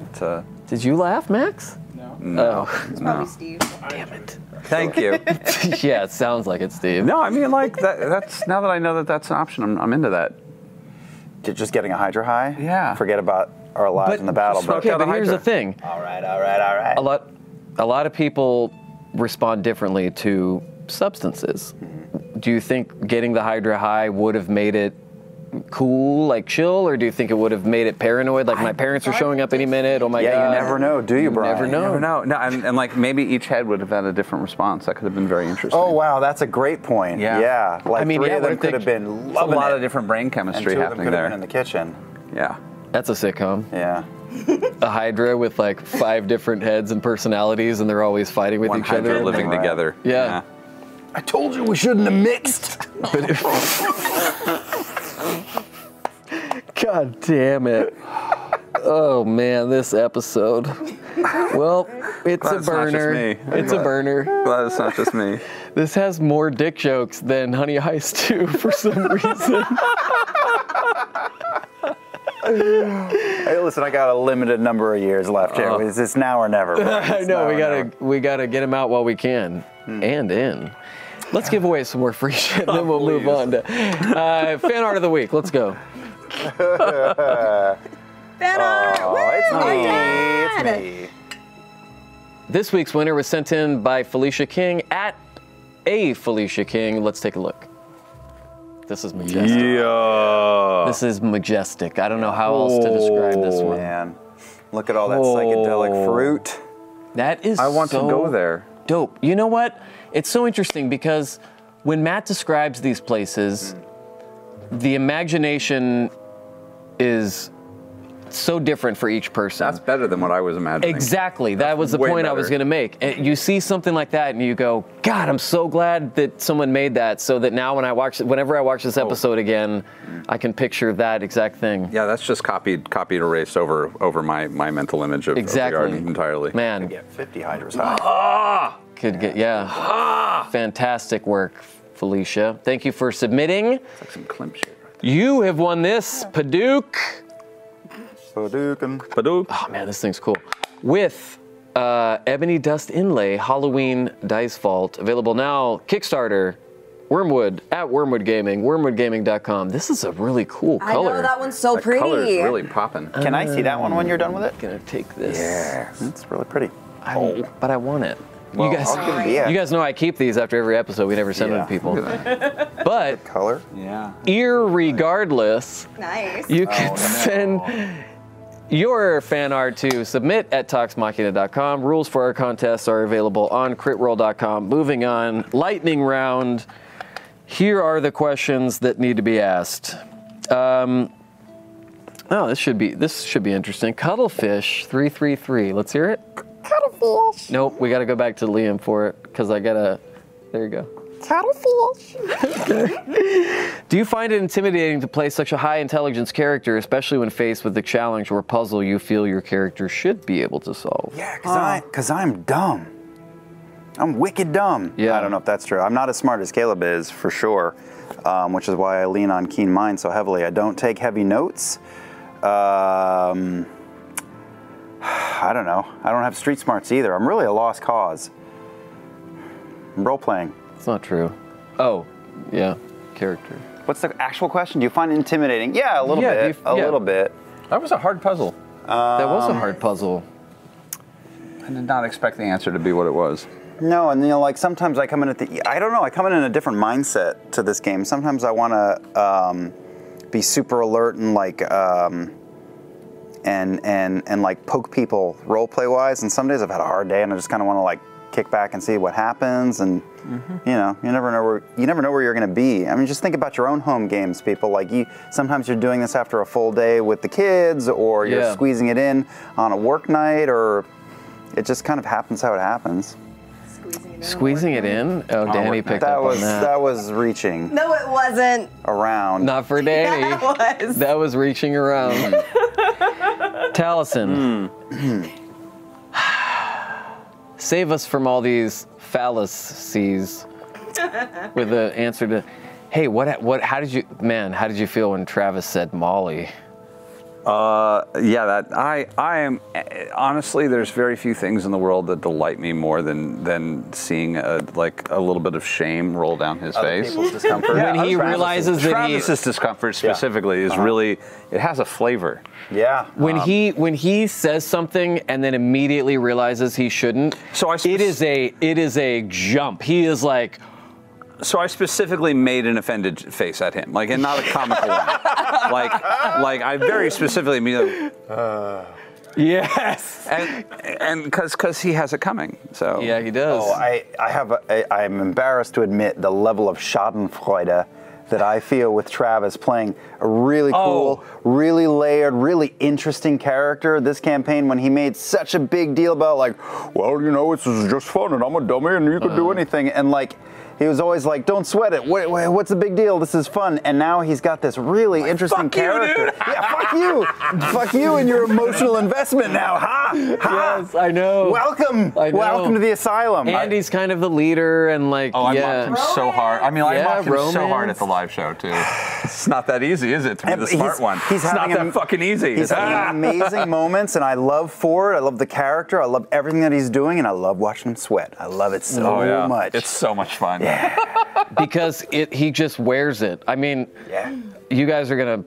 S5: It's a
S3: Did you laugh, Max? Oh.
S5: no.
S2: Probably Steve.
S3: Damn it.
S5: Thank you.
S3: yeah, it sounds like it, Steve.
S5: No, I mean like that. That's now that I know that that's an option. I'm, I'm into that.
S4: J- Just getting a Hydra high.
S5: Yeah.
S4: Forget about our lives in the battle.
S5: smoke
S4: But
S3: Okay,
S5: Out
S3: but
S5: of
S3: here's the
S5: Hydra.
S3: thing.
S4: all right, all right, all right.
S3: a lot a lot of people respond differently
S5: Mm-hmm.
S3: to substances. Do you think getting the hydra high would have made it cool, like chill, or do you think it would have made it paranoid? Like my parents are showing up any minute. Oh my god!
S5: Yeah, you never know, do you, Brian?
S3: Never know.
S5: You never know. No, and, and like maybe each head would have had a different response. That could have been very interesting.
S4: Oh wow, that's a great point. Yeah, yeah. Like three of them could have been
S5: a
S4: loving
S5: lot
S4: it,
S5: of different brain chemistry
S4: and two
S5: happening
S4: of them could
S5: there.
S4: Have been in the kitchen.
S5: yeah.
S3: That's a sitcom.
S4: Yeah.
S3: A hydra with like five different heads and personalities, and they're always fighting with
S5: One
S3: each other.
S5: hydra living together.
S3: Yeah.
S4: I told you we shouldn't have mixed.
S3: God damn it. Oh man, this episode. Well, it's
S5: Glad
S3: a
S5: it's not just
S3: burner.
S5: me.
S3: It's a
S5: Glad-
S3: burner.
S5: Glad it's not just me.
S3: This has more dick jokes than Honey Heist 2 for some reason.
S4: Hey, listen, I got a limited number of years left
S5: Oh.
S4: here. It's, it's now or never. right?
S3: I
S4: It's
S3: know
S4: now
S3: we
S4: or
S3: gotta
S4: never.
S3: we gotta get them out while we can
S5: Hmm.
S3: and in. Let's give away some more free shit, and then we'll move on to uh, fan art of the week. Let's go.
S4: Oh, it's me. It's me.
S3: This week's winner was sent in by Felicia King at a Felicia King. Let's take a look. This is majestic.
S5: Yeah.
S3: This is majestic. I don't know how else to describe
S5: Oh,
S3: this one.
S4: Man, look at all that psychedelic fruit.
S3: That is
S5: I want
S3: so
S5: to go there.
S3: Dope. You know what? It's so interesting because when Matt describes these places,
S5: Hmm.
S3: the imagination is so different for each person.
S5: That's better than what I was imagining.
S3: Exactly. That was the
S5: way
S3: point I was
S5: better.
S3: going to make. Uh, You see something like that, and you go, "God, I'm so glad that someone made that." So that now, when I watch, whenever I watch
S5: Oh.
S3: this episode again, I can picture that exact thing.
S5: Yeah, that's just copied, copied, erased over over my, my mental image of, of the
S3: Exactly.
S5: garden entirely.
S3: Man,
S4: Yeah, 50 hydras high.
S3: could get yeah. Fantastic work, Felicia. Thank you for submitting.
S5: It's like some Klimt shit. Right
S3: You have won this, Paduke.
S4: Hadouken.
S5: there.
S3: Oh man, this thing's cool. With uh, Ebony Dust Inlay Halloween Dice Vault, available now, Kickstarter, Wormwood, at Wormwood Gaming, wormwoodgaming.com. This is a really cool
S7: I
S3: color.
S7: know that one's so
S5: That
S7: pretty.
S5: color's
S2: uh,
S5: really popping.
S3: Uh,
S4: Can I see that one when you're done with it?
S3: I'm gonna take this.
S4: It's really pretty.
S3: I- But I want it.
S5: Well,
S3: you guys,
S4: I'll give it the
S3: you guys know I keep these after every episode. We never send them to people. But
S4: color.
S5: Yeah.
S3: irregardless,
S2: Nice.
S3: You can send your fan art to submit at toxmachina.com. Rules for our contests are available on critroll.com. Moving on, lightning round. Here are the questions that need to be asked. Um, oh, this should be this should be interesting. Cuttlefish three three three. Let's hear it.
S2: Cuttlefish.
S3: Nope, we got to go back to Liam for it because I gotta. There you go.
S2: Cuttlefish.
S3: Do you find it intimidating to play such a high intelligence character, especially when faced with the challenge or puzzle you feel your character should be able to solve?
S4: Yeah, because I, cause I'm dumb. I'm wicked dumb.
S3: Yeah.
S4: I don't know if that's true. I'm not as smart as Caleb is, for sure, um, which is why I lean on Keen Mind so heavily. I don't take heavy notes. Um, I don't know. I don't have street smarts either. I'm really a lost cause. I'm role playing.
S3: It's not true. Oh, yeah, character.
S4: What's the actual question? Do you find it intimidating? Yeah, a little
S3: Yeah, do
S4: bit.
S3: you-
S4: a
S3: yeah.
S4: little bit.
S5: That was a hard puzzle.
S3: that was
S4: Um,
S3: a hard puzzle.
S5: I did not expect the answer to be what it was.
S4: No, and you know, like sometimes I come in at the, I don't know, I come in in a different mindset to this game. Sometimes I want to um, be super alert and like, um, and and and like poke people role play wise. And some days I've had a hard day, and I just kind of want to like kick back and see what happens. And you know, you never know where you never know where you're going to be. I mean, just think about your own home games, people. Like you, sometimes you're doing this after a full day with the kids, or you're
S3: Yeah.
S4: squeezing it in on a work night, or it just kind of happens how it happens.
S3: Squeezing it in? Oh, Danny picked
S4: That
S3: up
S4: was
S3: on that.
S4: that. was reaching
S7: no, it wasn't.
S4: around.
S3: Not for Danny.
S7: That was.
S3: That was reaching around. Taliesin. Save us from all these fallacies with the answer to, hey, what, what, how did you, man, how did you feel when Travis said Molly?
S5: Uh, yeah, that I I am eh, honestly there's very few things in the world that delight me more than than seeing a, like a little bit of shame roll down his face.
S4: people's discomfort.
S5: Yeah,
S3: When he
S5: Travis's-
S3: realizes that he-
S5: Travis's discomfort specifically is really it has a flavor.
S4: Yeah.
S3: When he when he says something and then immediately realizes he shouldn't,
S5: So I
S3: it is a it is a jump. He is like,
S5: So I specifically made an offended face at him, like, and not a comical one. Like, like I very specifically mean. Like,
S3: Yes.
S5: And and because because he has it coming. So
S3: yeah, he does.
S4: Oh, I, I have. A, I, I'm embarrassed to admit the level of Schadenfreude that I feel with Travis playing a really cool, really layered, really interesting character. This campaign, when he made such a big deal about like, well, you know, it's just fun, and I'm a dummy, and you can do anything, and like. He was always like, "Don't sweat it. What, what- what's the big deal? This is fun." And now he's got this really interesting character. yeah, fuck you, fuck you, and your emotional investment now, ha, ha.
S3: Yes, I know.
S4: Welcome,
S3: I know.
S4: welcome to the asylum.
S3: And he's kind of the leader, and like,
S5: Oh, I mocked
S3: yeah.
S5: him so hard. I mean, I
S3: Yeah,
S5: mocked him so hard
S3: romance.
S5: at the live show too. It's not that easy, is it? To be the
S4: but
S5: smart one. it's not
S4: having am-
S5: that fucking easy. Ah.
S4: He's having amazing moments, and I love Ford. I love the character. I love everything that he's doing, and I love watching him sweat. I love it so
S5: oh yeah,
S4: much.
S5: it's so much fun.
S3: because it, he just wears it. I mean,
S4: yeah.
S3: you guys are gonna,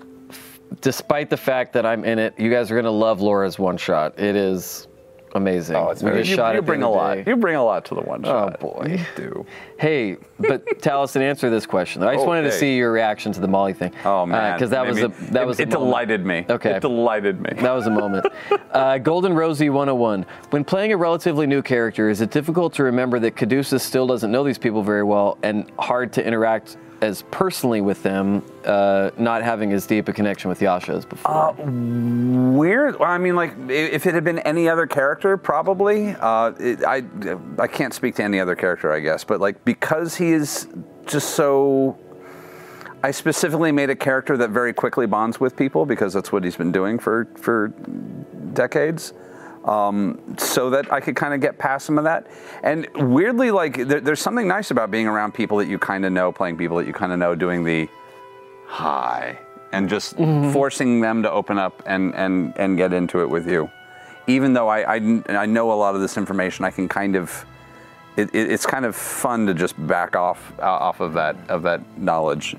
S3: despite the fact that I'm in it, you guys are gonna love Laura's one shot. It is amazing.
S5: Oh, it's
S3: We
S5: very,
S3: just
S5: you,
S3: shot
S5: you
S3: it the
S5: bring a
S3: other
S5: lot.
S3: day.
S5: You bring a lot to the one
S3: Oh
S5: shot.
S3: boy.
S5: You do.
S3: Hey, but Taliesin, answer this question. I just wanted to
S5: Okay.
S3: see your reaction to the Molly thing.
S5: Oh man,
S3: because that
S5: It
S3: was
S5: made
S3: a
S5: me-
S3: that
S5: it,
S3: was
S5: it
S3: a moment.
S5: delighted me.
S3: Okay.
S5: it delighted me.
S3: That was a moment. Uh, Golden Rosie 101. When playing a relatively new character, is it difficult to remember that Caduceus still doesn't know these people very well and hard to interact as personally with them, uh, not having as deep a connection with Yasha as before?
S5: Weird. Well, I mean, like, i- if it had been any other character, probably. Uh, it, I I can't speak to any other character, I guess. But like, because he is just so. I specifically made a character that very quickly bonds with people because that's what he's been doing for for decades. Um, so that I could kind of get past some of that. And weirdly, like, there, there's something nice about being around people that you kind of know, playing people that you kind of know, doing the hi and just forcing them to open up and, and, and get into it with you. Even though I, I, I know a lot of this information, I can kind of, it, it, it's kind of fun to just back off uh, off of that of that knowledge.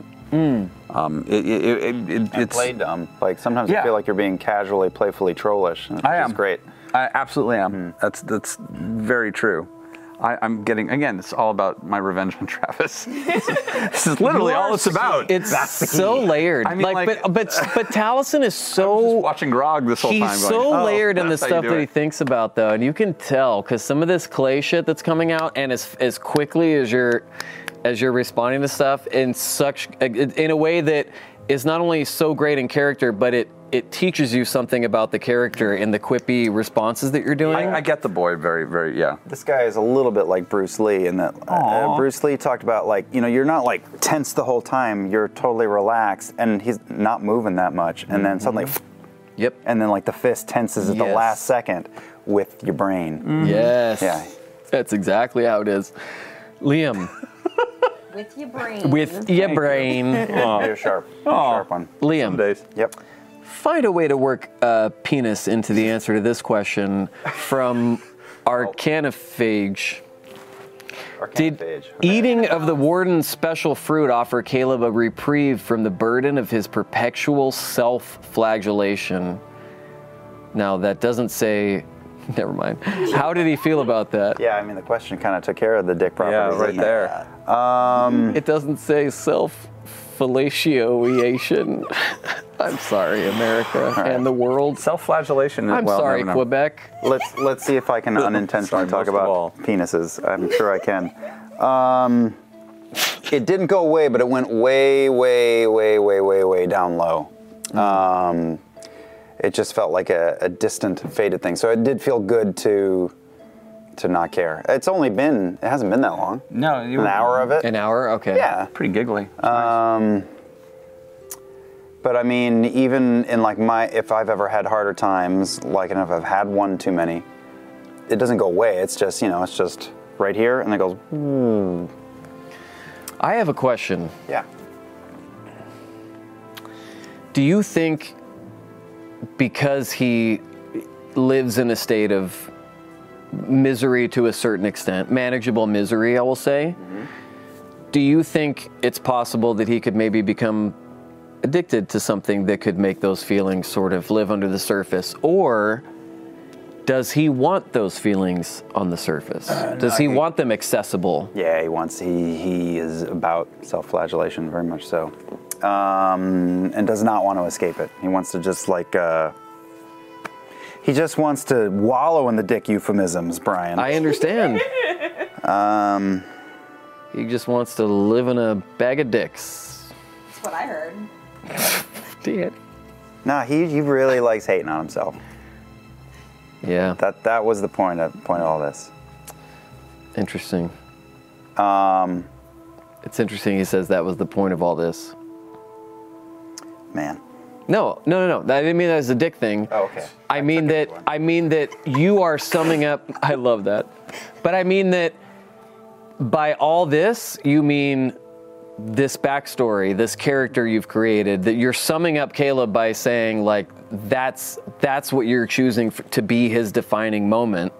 S5: Um, it, it, it, it,
S4: And
S5: it's,
S4: play dumb. Like sometimes
S5: Yeah.
S4: I feel like you're being casually, playfully trollish. Which
S5: I am.
S4: Is great. Hmm.
S5: I absolutely am. That's that's very true. I, I'm getting again. It's all about my revenge on Travis. this is- this is literally all it's about.
S3: It's so layered.
S5: I mean,
S3: like,
S5: like-
S3: but but but Taliesin is
S5: I was just
S3: so
S5: watching Grog this whole
S3: he's
S5: time. going,
S3: so
S5: "Oh,
S3: layered in the
S5: that's how you
S3: stuff
S5: do
S3: that
S5: it."
S3: he thinks about though, and you can tell because some of this clay shit that's coming out, and as as quickly as you're as you're responding to stuff in such in a way that is not only so great in character, but it it teaches you something about the character in the quippy responses that you're doing.
S5: I, I get the boy very, very, yeah.
S4: This guy is a little bit like Bruce Lee in that uh, Bruce Lee talked about like you know you're not like tense the whole time. You're totally relaxed, and he's not moving that much. And then suddenly,
S5: Mm-hmm.
S3: yep.
S4: and then like the fist tenses at the
S3: Yes. Mm.
S4: last second with your brain.
S3: Yes.
S4: Yeah.
S3: That's exactly how it is. Liam,
S2: With your brain.
S3: with your brain,
S4: You're sharp. You're a sharp one.
S3: Liam.
S4: Yep.
S3: find a way to work uh, penis into the answer to this question from
S5: Oh.
S3: Arcanophage. Did E eating of the warden's special fruit offer Caleb a reprieve from the burden of his perpetual self flagellation? Now, that doesn't say. Never mind. How did he feel about that?
S4: Yeah, I mean the question kind of took care of the dick properties. Um,
S5: Yeah, right
S4: didn't it?
S5: there.
S3: It doesn't say self fellatiation. I'm sorry, America and the world.
S5: Self-flagellation.
S3: I'm
S5: well,
S3: sorry,
S5: never know.
S3: Quebec.
S4: Let's let's see if I can unintentionally
S5: Sorry,
S4: talk
S5: most of all.
S4: about penises. I'm sure I can. Um, it didn't go away, but it went way, way, way, way, way, way down low.
S5: Mm.
S4: Um, it just felt like a, a distant, faded thing. So it did feel good to to not care. It's only been it hasn't been that long.
S5: No, you
S4: An hour of it.
S3: An hour? Okay.
S4: Yeah.
S5: Pretty giggly.
S4: But I mean, even in like my, if I've ever had harder times, like, and if I've had one too many, it doesn't go away. It's just, you know, it's just right here and it goes,
S3: I have a question.
S4: yeah.
S3: Do you think because he lives in a state of misery to a certain extent, manageable misery, I will say, do you think it's possible that he could maybe become addicted to something that could make those feelings sort of live under the surface? Or Does he want those feelings on the surface? Does he want them accessible?
S4: Yeah, he wants. He he is about self-flagellation very much so, um, and does not want to escape it. He wants to just like. Uh, he just wants to wallow in the dick euphemisms, Brian.
S3: I understand.
S4: um,
S3: he just wants to live in a bag of dicks.
S2: That's what I heard.
S3: Did.
S4: No, he he really likes hating on himself.
S3: Yeah.
S4: That that was the point of point of all this.
S3: Interesting.
S4: Um,
S3: it's interesting. He says that was the point of all this.
S4: Man.
S3: No, no, no, no. I didn't mean that as a dick thing.
S4: Oh, okay.
S3: I mean that. I mean that you are summing up. I love that. But I mean that by all this, you mean this backstory, this character you've created. That you're summing up Caleb by saying like that's that's what you're choosing f to be his defining moment.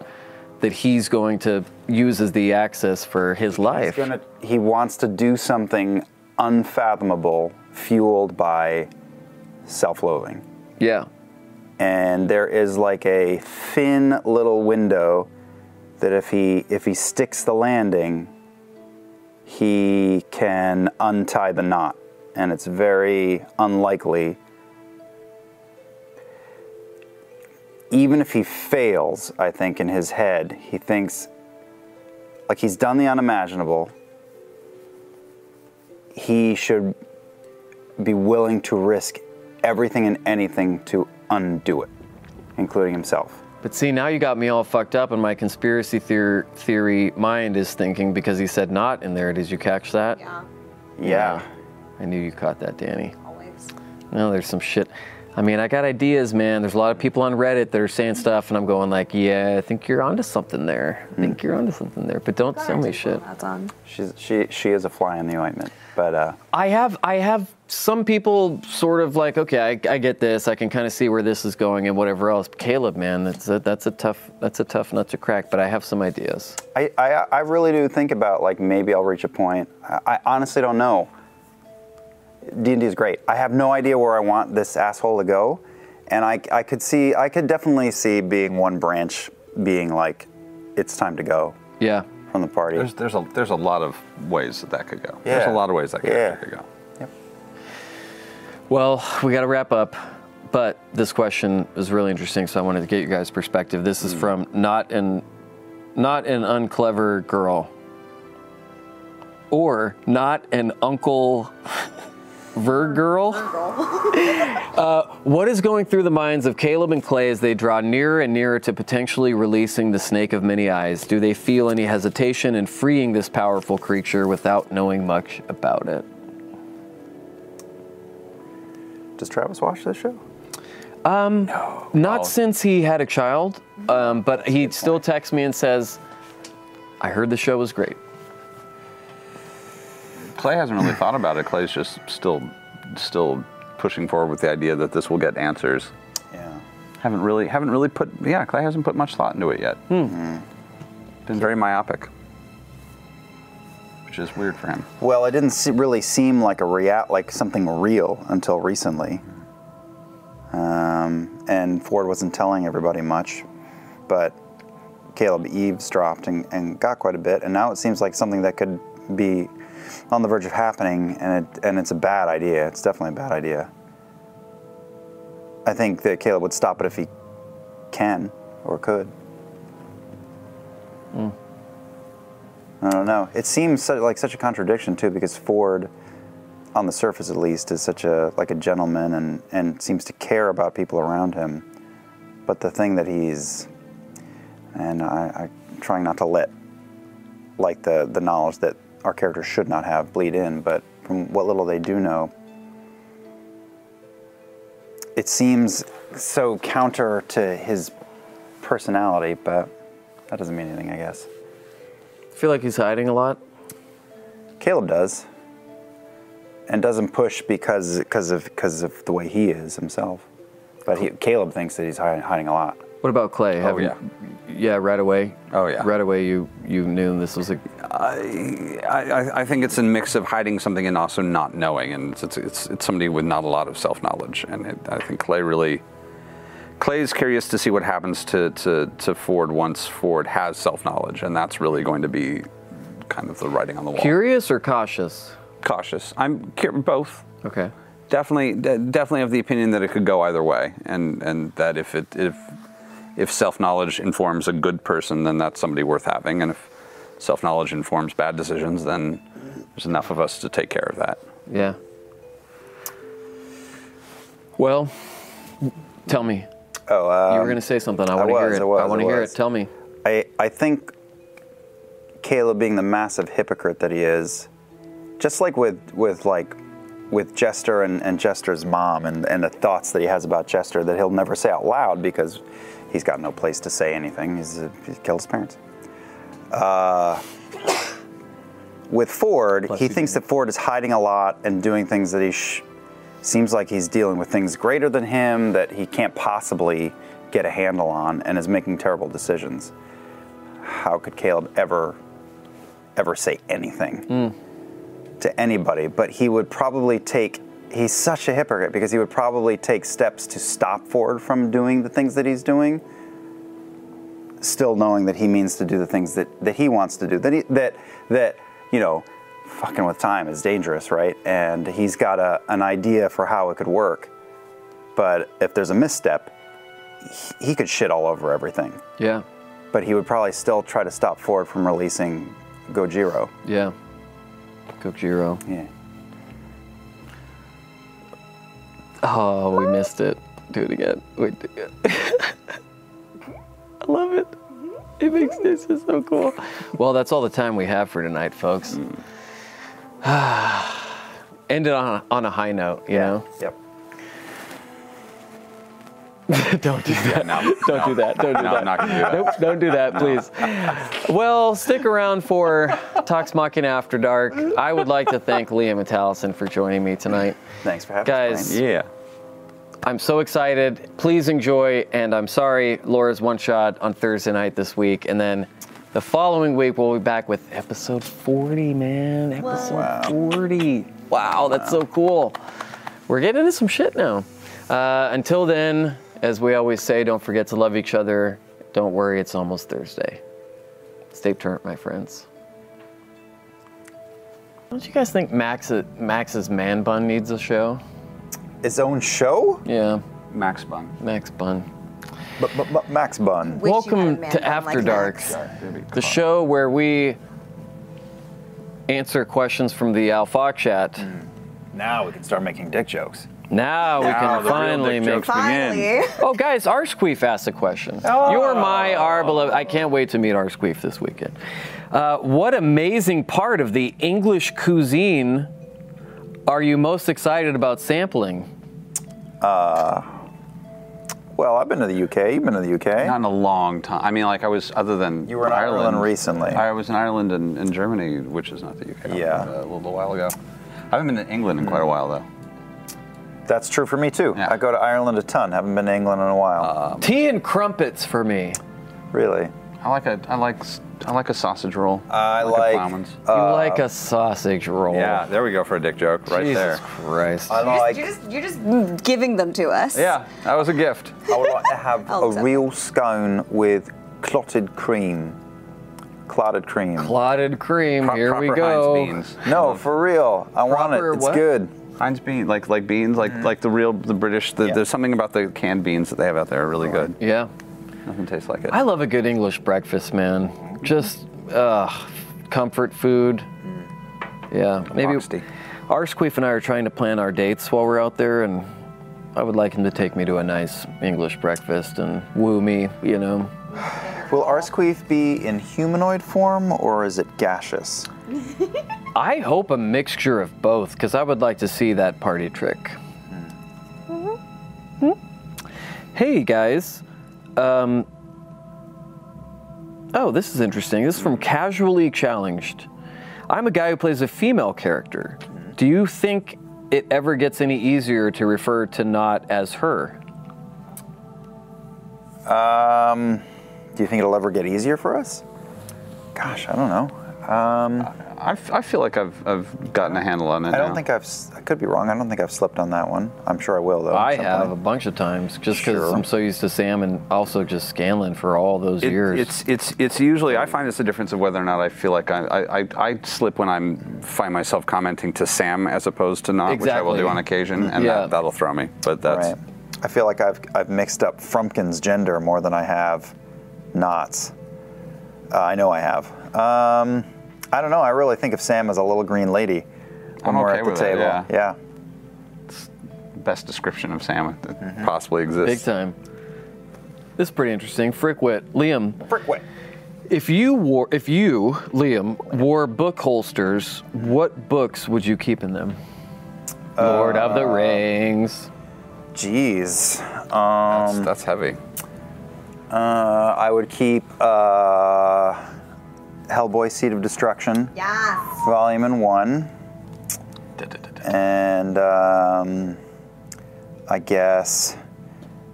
S3: That he's going to use as the axis for his life.
S4: He's gonna, he wants to do something unfathomable, fueled by self-loathing.
S3: Yeah.
S4: And there is like a thin little window that if he if he sticks the landing, he can untie the knot, and it's very unlikely. Even if he fails, I think in his head, he thinks like he's done the unimaginable. He should be willing to risk everything and anything to undo it, including himself.
S3: But see, now you got me all fucked up, and my conspiracy theor- theory mind is thinking because he said not in there. Did you catch that? Yeah.
S4: Yeah.
S3: I knew you caught that, Danny. Always. No, there's some shit. I mean, I got ideas, man. There's a lot of people on Reddit that are saying stuff, and I'm going like, yeah, I think you're onto something there. I think you're onto something there, but don't tell me shit.
S4: She's, she she is a fly in the ointment, but uh,
S3: I have I have some people sort of like okay I, I get this I can kind of see where this is going and whatever else. Caleb, man, that's a, that's a tough that's a tough nut to crack. But I have some ideas.
S4: I, I I really do think about like maybe I'll reach a point. I, I honestly don't know. D and D is great. I have no idea where I want this asshole to go, and I I could see I could definitely see being one branch being like, it's time to go
S3: Yeah.
S4: from the party.
S5: There's there's a there's a lot of ways that that could go. There's
S4: Yeah.
S5: a lot of ways that could,
S4: Yeah.
S5: that could go.
S3: Well, we got to wrap up, but this question is really interesting, so I wanted to get your guys' perspective. This is from not an not an unclever girl, or not an uncle ver girl. uh, what is going through the minds of Caleb and Clay as they draw nearer and nearer to potentially releasing the snake of many eyes? Do they feel any hesitation in freeing this powerful creature without knowing much about it?
S4: Does Travis watch this show?
S3: Um,
S4: Oh.
S3: not since he had a child, um, but he still texts me and says, "I heard the show was great."
S5: Clay hasn't really thought about it. Clay's just still still pushing forward with the idea that this will get answers.
S4: Yeah.
S5: Haven't really haven't really put yeah, Clay hasn't put much thought into it yet. Been very myopic. Which is weird for him.
S4: Well, it didn't se- really seem like a react like something real until recently. Um, and Ford wasn't telling everybody much, but Caleb eavesdropped and, and got quite a bit. And now it seems like something that could be on the verge of happening, and it, and it's a bad idea. It's definitely a bad idea. I think that Caleb would stop it if he can or could. I don't know. It seems so, like such a contradiction too, because Ford, on the surface at least, is such a like a gentleman and and seems to care about people around him. But the thing that he's, and I, I trying not to let, like the the knowledge that our characters should not have bleed in, but from what little they do know, it seems so counter to his personality. But that doesn't mean anything, I guess.
S3: I feel like he's hiding a lot.
S4: Caleb does, and doesn't push because because of because of the way he is himself. But he, Caleb thinks that he's hiding, hiding a lot.
S3: What about
S4: Oh,
S3: Clay? Have you- yeah, right away.
S5: Oh yeah.
S3: right away. You you knew this was a.
S5: I, I, I think it's a mix of hiding something and also not knowing, and it's it's, it's, it's somebody with not a lot of self knowledge, and it, I think Clay really Clay's curious to see what happens to, to, to Ford once Ford has self knowledge, and that's really going to be kind of the writing on the wall.
S3: Curious or cautious?
S5: Cautious. I'm cur- both.
S3: Okay.
S5: Definitely, de- definitely of the opinion that it could go either way, and and that if it if if self knowledge informs a good person, then that's somebody worth having, and if self knowledge informs bad decisions, then there's enough of us to take care of that.
S3: Yeah. Well, tell me.
S4: Oh,
S3: you were
S4: um,
S3: going to say something. I
S4: I
S3: want to hear
S4: was,
S3: it.
S4: I was,
S3: I want
S4: I
S3: to hear
S4: was.
S3: it. Tell me.
S4: I, I think Caleb being the massive hypocrite that he is, just like with with like with Jester and, and Jester's mom and, and the thoughts that he has about Jester that he'll never say out loud because he's got no place to say anything. He's uh, he killed his parents. Uh, with Ford, he thinks that Ford is hiding a lot and doing things that he sh- seems like he's dealing with things greater than him that he can't possibly get a handle on and is making terrible decisions. How could Caleb ever, ever say anything to anybody? But he would probably take, he's such a hypocrite because he would probably take steps to stop Ford from doing the things that he's doing still knowing that he means to do the things that, that he wants to do. That he, that that you know, fucking with time is dangerous, right? And he's got a, an idea for how it could work, but if there's a misstep, he, he could shit all over everything.
S3: Yeah.
S4: But he would probably still try to stop Ford from releasing Gojiro.
S3: Yeah. Gojiro.
S4: Yeah.
S3: Oh, we missed it. Do it again. We do it. I love it. It makes this is so cool. Well, that's all the time we have for tonight, folks. Hmm. Ended on a, on a high note, you know.
S4: Yep.
S3: Don't do that.
S5: No,
S3: Don't do that. Don't do
S5: No,
S3: that.
S5: I'm not gonna do that.
S3: Nope, don't do that, please. Well, stick around for Talks Machina After Dark. I would like to thank Liam Metallison for joining me tonight.
S4: Thanks for having us.
S3: Guys,
S4: Brian.
S5: Yeah.
S3: I'm so excited. Please enjoy, and I'm sorry, Laura's one shot on Thursday night this week, and then the following week we'll be back with episode 40, man. Episode 40. Wow, that's so cool. We're getting into some shit now. Uh, until then, as we always say, don't forget to love each other. Don't worry, it's almost Thursday. Stay turned, my friends. Don't you guys think Max, Max's man bun needs a show?
S4: His own show,
S3: Yeah,
S5: Max Bun.
S3: Max bun.
S4: but, but, but Max Bun.
S2: Wish you had a
S3: Welcome
S2: man
S3: to
S2: bun
S3: After
S2: like
S3: Dark,
S2: Max.
S3: the show where we answer questions from the Alfox chat.
S5: Mm.
S4: Now we can start making dick jokes.
S3: Now we can
S5: Now the real
S3: finally
S5: dick
S3: make.
S5: jokes begin.
S2: Finally.
S3: Oh, guys, Arsqueef asked a question. You're
S5: Oh.
S3: my our beloved. I can't wait to meet Arsqueef this weekend. Uh, what amazing part of the English cuisine are you most excited about sampling?
S4: Well, I've been to the UK. You've been to the UK.
S5: Not in a long time. I mean, like I was, other than
S4: You were in
S5: Ireland,
S4: Ireland recently.
S5: I was in Ireland and, and Germany, which is not the UK.
S4: Yeah.
S5: uh,
S4: Hmm.
S5: a little, little while ago. I haven't been to England in quite a while though.
S4: That's true for me too.
S5: Yeah.
S4: I go to Ireland a ton. Haven't been to England in a while.
S3: Tea and crumpets for me.
S4: really.
S5: I like a, I like, s- I like a sausage roll.
S4: I
S5: a
S4: like-
S5: Plowman's.
S3: You like a sausage roll?
S5: Uh, yeah, there we go for a dick joke right
S3: Jesus
S5: there.
S3: Christ.
S4: I
S2: You're
S4: like.
S2: just, you're just you're just giving them to us.
S5: Yeah, that was a gift.
S4: I would like to have
S2: I'll
S4: a
S2: accept
S4: real scone with clotted cream. Clotted cream.
S3: Clotted cream.
S5: Pro-
S3: Here
S5: proper
S3: we go.
S5: Heinz beans.
S4: no, for real. I want
S3: Proper
S4: it. It's
S3: what?
S4: good.
S5: Heinz beans, like like beans, like like the real the British. The,
S4: Yeah.
S5: There's something about the canned beans that they have out there are really good.
S3: Yeah.
S5: Nothing tastes like it.
S3: I love a good English breakfast, man. Just uh, comfort food. Yeah, maybe.
S5: Boxed tea.
S3: Arsqueef and I are trying to plan our dates while we're out there, and I would like him to take me to a nice English breakfast and woo me, you know.
S4: Will Arsqueef be in humanoid form or is it gaseous?
S3: I hope a mixture of both, because I would like to see that party trick.
S4: Mm-hmm.
S3: Hmm? Hey guys. Um, oh, this is interesting. This is from Casually Challenged. I'm a guy who plays a female character.
S4: Mm-hmm.
S3: Do you think it ever gets any easier to refer to not as her?
S4: Um, do you think it'll ever get easier for us? Gosh, I don't know.
S5: Um, I, f- I feel like I've, I've gotten a handle on it.
S4: I don't
S5: now.
S4: think I've. s- I could be wrong. I don't think I've slept on that one. I'm sure I will though.
S3: I
S4: at some
S3: have
S4: point.
S3: a bunch of times just because
S4: Sure.
S3: I'm so used to Sam and also just Scanlan for all those
S5: It-
S3: years.
S5: It's it's it's usually I find it's the difference of whether or not I feel like I I, I, I slip when I find myself commenting to Sam as opposed to not, which I will do
S3: Exactly.
S5: on occasion, and
S3: Yeah.
S5: that, that'll throw me. But that's
S4: Right. I feel like I've I've mixed up Frumpkin's gender more than I have Knots. Uh, I know I have. Um, I don't know. I really think of Sam as a little green lady when
S5: I'm
S4: we're
S5: okay
S4: at the
S5: with it,
S4: table.
S5: yeah.
S4: yeah.
S5: best description of Sam that possibly
S3: Big
S5: exists.
S3: time. This is pretty interesting. Frickwit, Liam.
S4: Frickwit.
S3: If you wore, if you Liam wore book holsters, what books would you keep in them? Lord of the Rings.
S4: Jeez.
S5: That's,
S4: Um,
S5: that's heavy.
S4: uh, I would keep uh, Hellboy: Seed of Destruction,
S2: Yes.
S4: Volume and One, and um, I guess.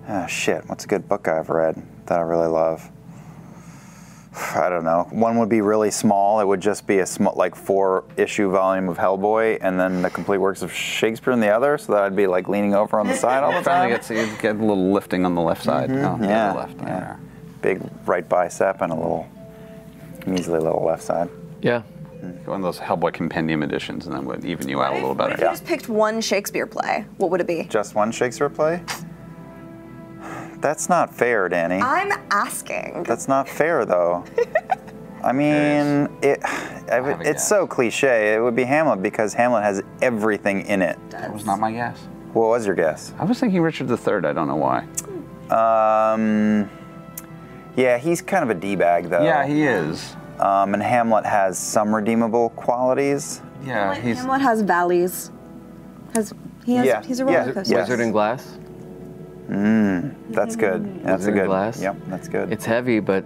S4: ah, shit, what's a good book I've read that I really love? I don't know. One would be really small. It would just be a small, like four issue volume of Hellboy, and then the complete works of Shakespeare in the other. So that I'd be like leaning over on the side all the time.
S5: Finally, gets you get a little lifting on the left side. Oh,
S4: yeah,
S5: the left.
S4: yeah. Big right bicep and a little measly little left side.
S3: Yeah.
S5: One of those Hellboy compendium editions, and that would even you out a little
S2: What
S5: better.
S2: if you just picked one Shakespeare play? What would it be?
S4: Just one Shakespeare play? That's not fair, Danny.
S2: I'm asking.
S4: That's not fair, though. I mean, it, I would-
S5: a
S4: it's
S5: guess.
S4: so cliche. It would be Hamlet because Hamlet has everything in it.
S5: That was not my guess.
S4: What was your guess?
S5: I was thinking Richard III. I don't know why.
S4: Um, yeah, he's kind of a d bag though.
S5: Yeah, he is.
S4: Um, and Hamlet has some redeemable qualities.
S5: Yeah, he's.
S2: Hamlet has valleys. Has he has
S4: Yeah,
S2: he's a roller
S4: yeah,
S2: coaster.
S4: Yes. yeah.
S3: Wizard in Glass.
S4: That's good. That's a
S3: Wizard
S4: good.
S3: Glass?
S4: Yep, that's good.
S3: It's heavy, but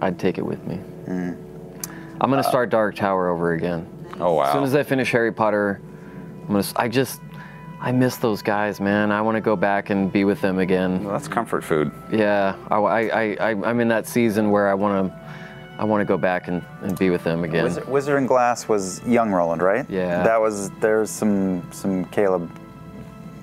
S3: I'd take it with me. I'm gonna start Dark Tower over again.
S5: Oh wow.
S3: As soon as I finish Harry Potter, I'm gonna. s- I just, I miss those guys, man. I want to go back and be with them again.
S5: Well, that's comfort food.
S3: Yeah, I, I, I, I'm in that season where I want to, I want to go back and, and be with them again.
S4: Wizard, Wizard and Glass was young Roland, right?
S3: Yeah.
S4: That was there's some some Caleb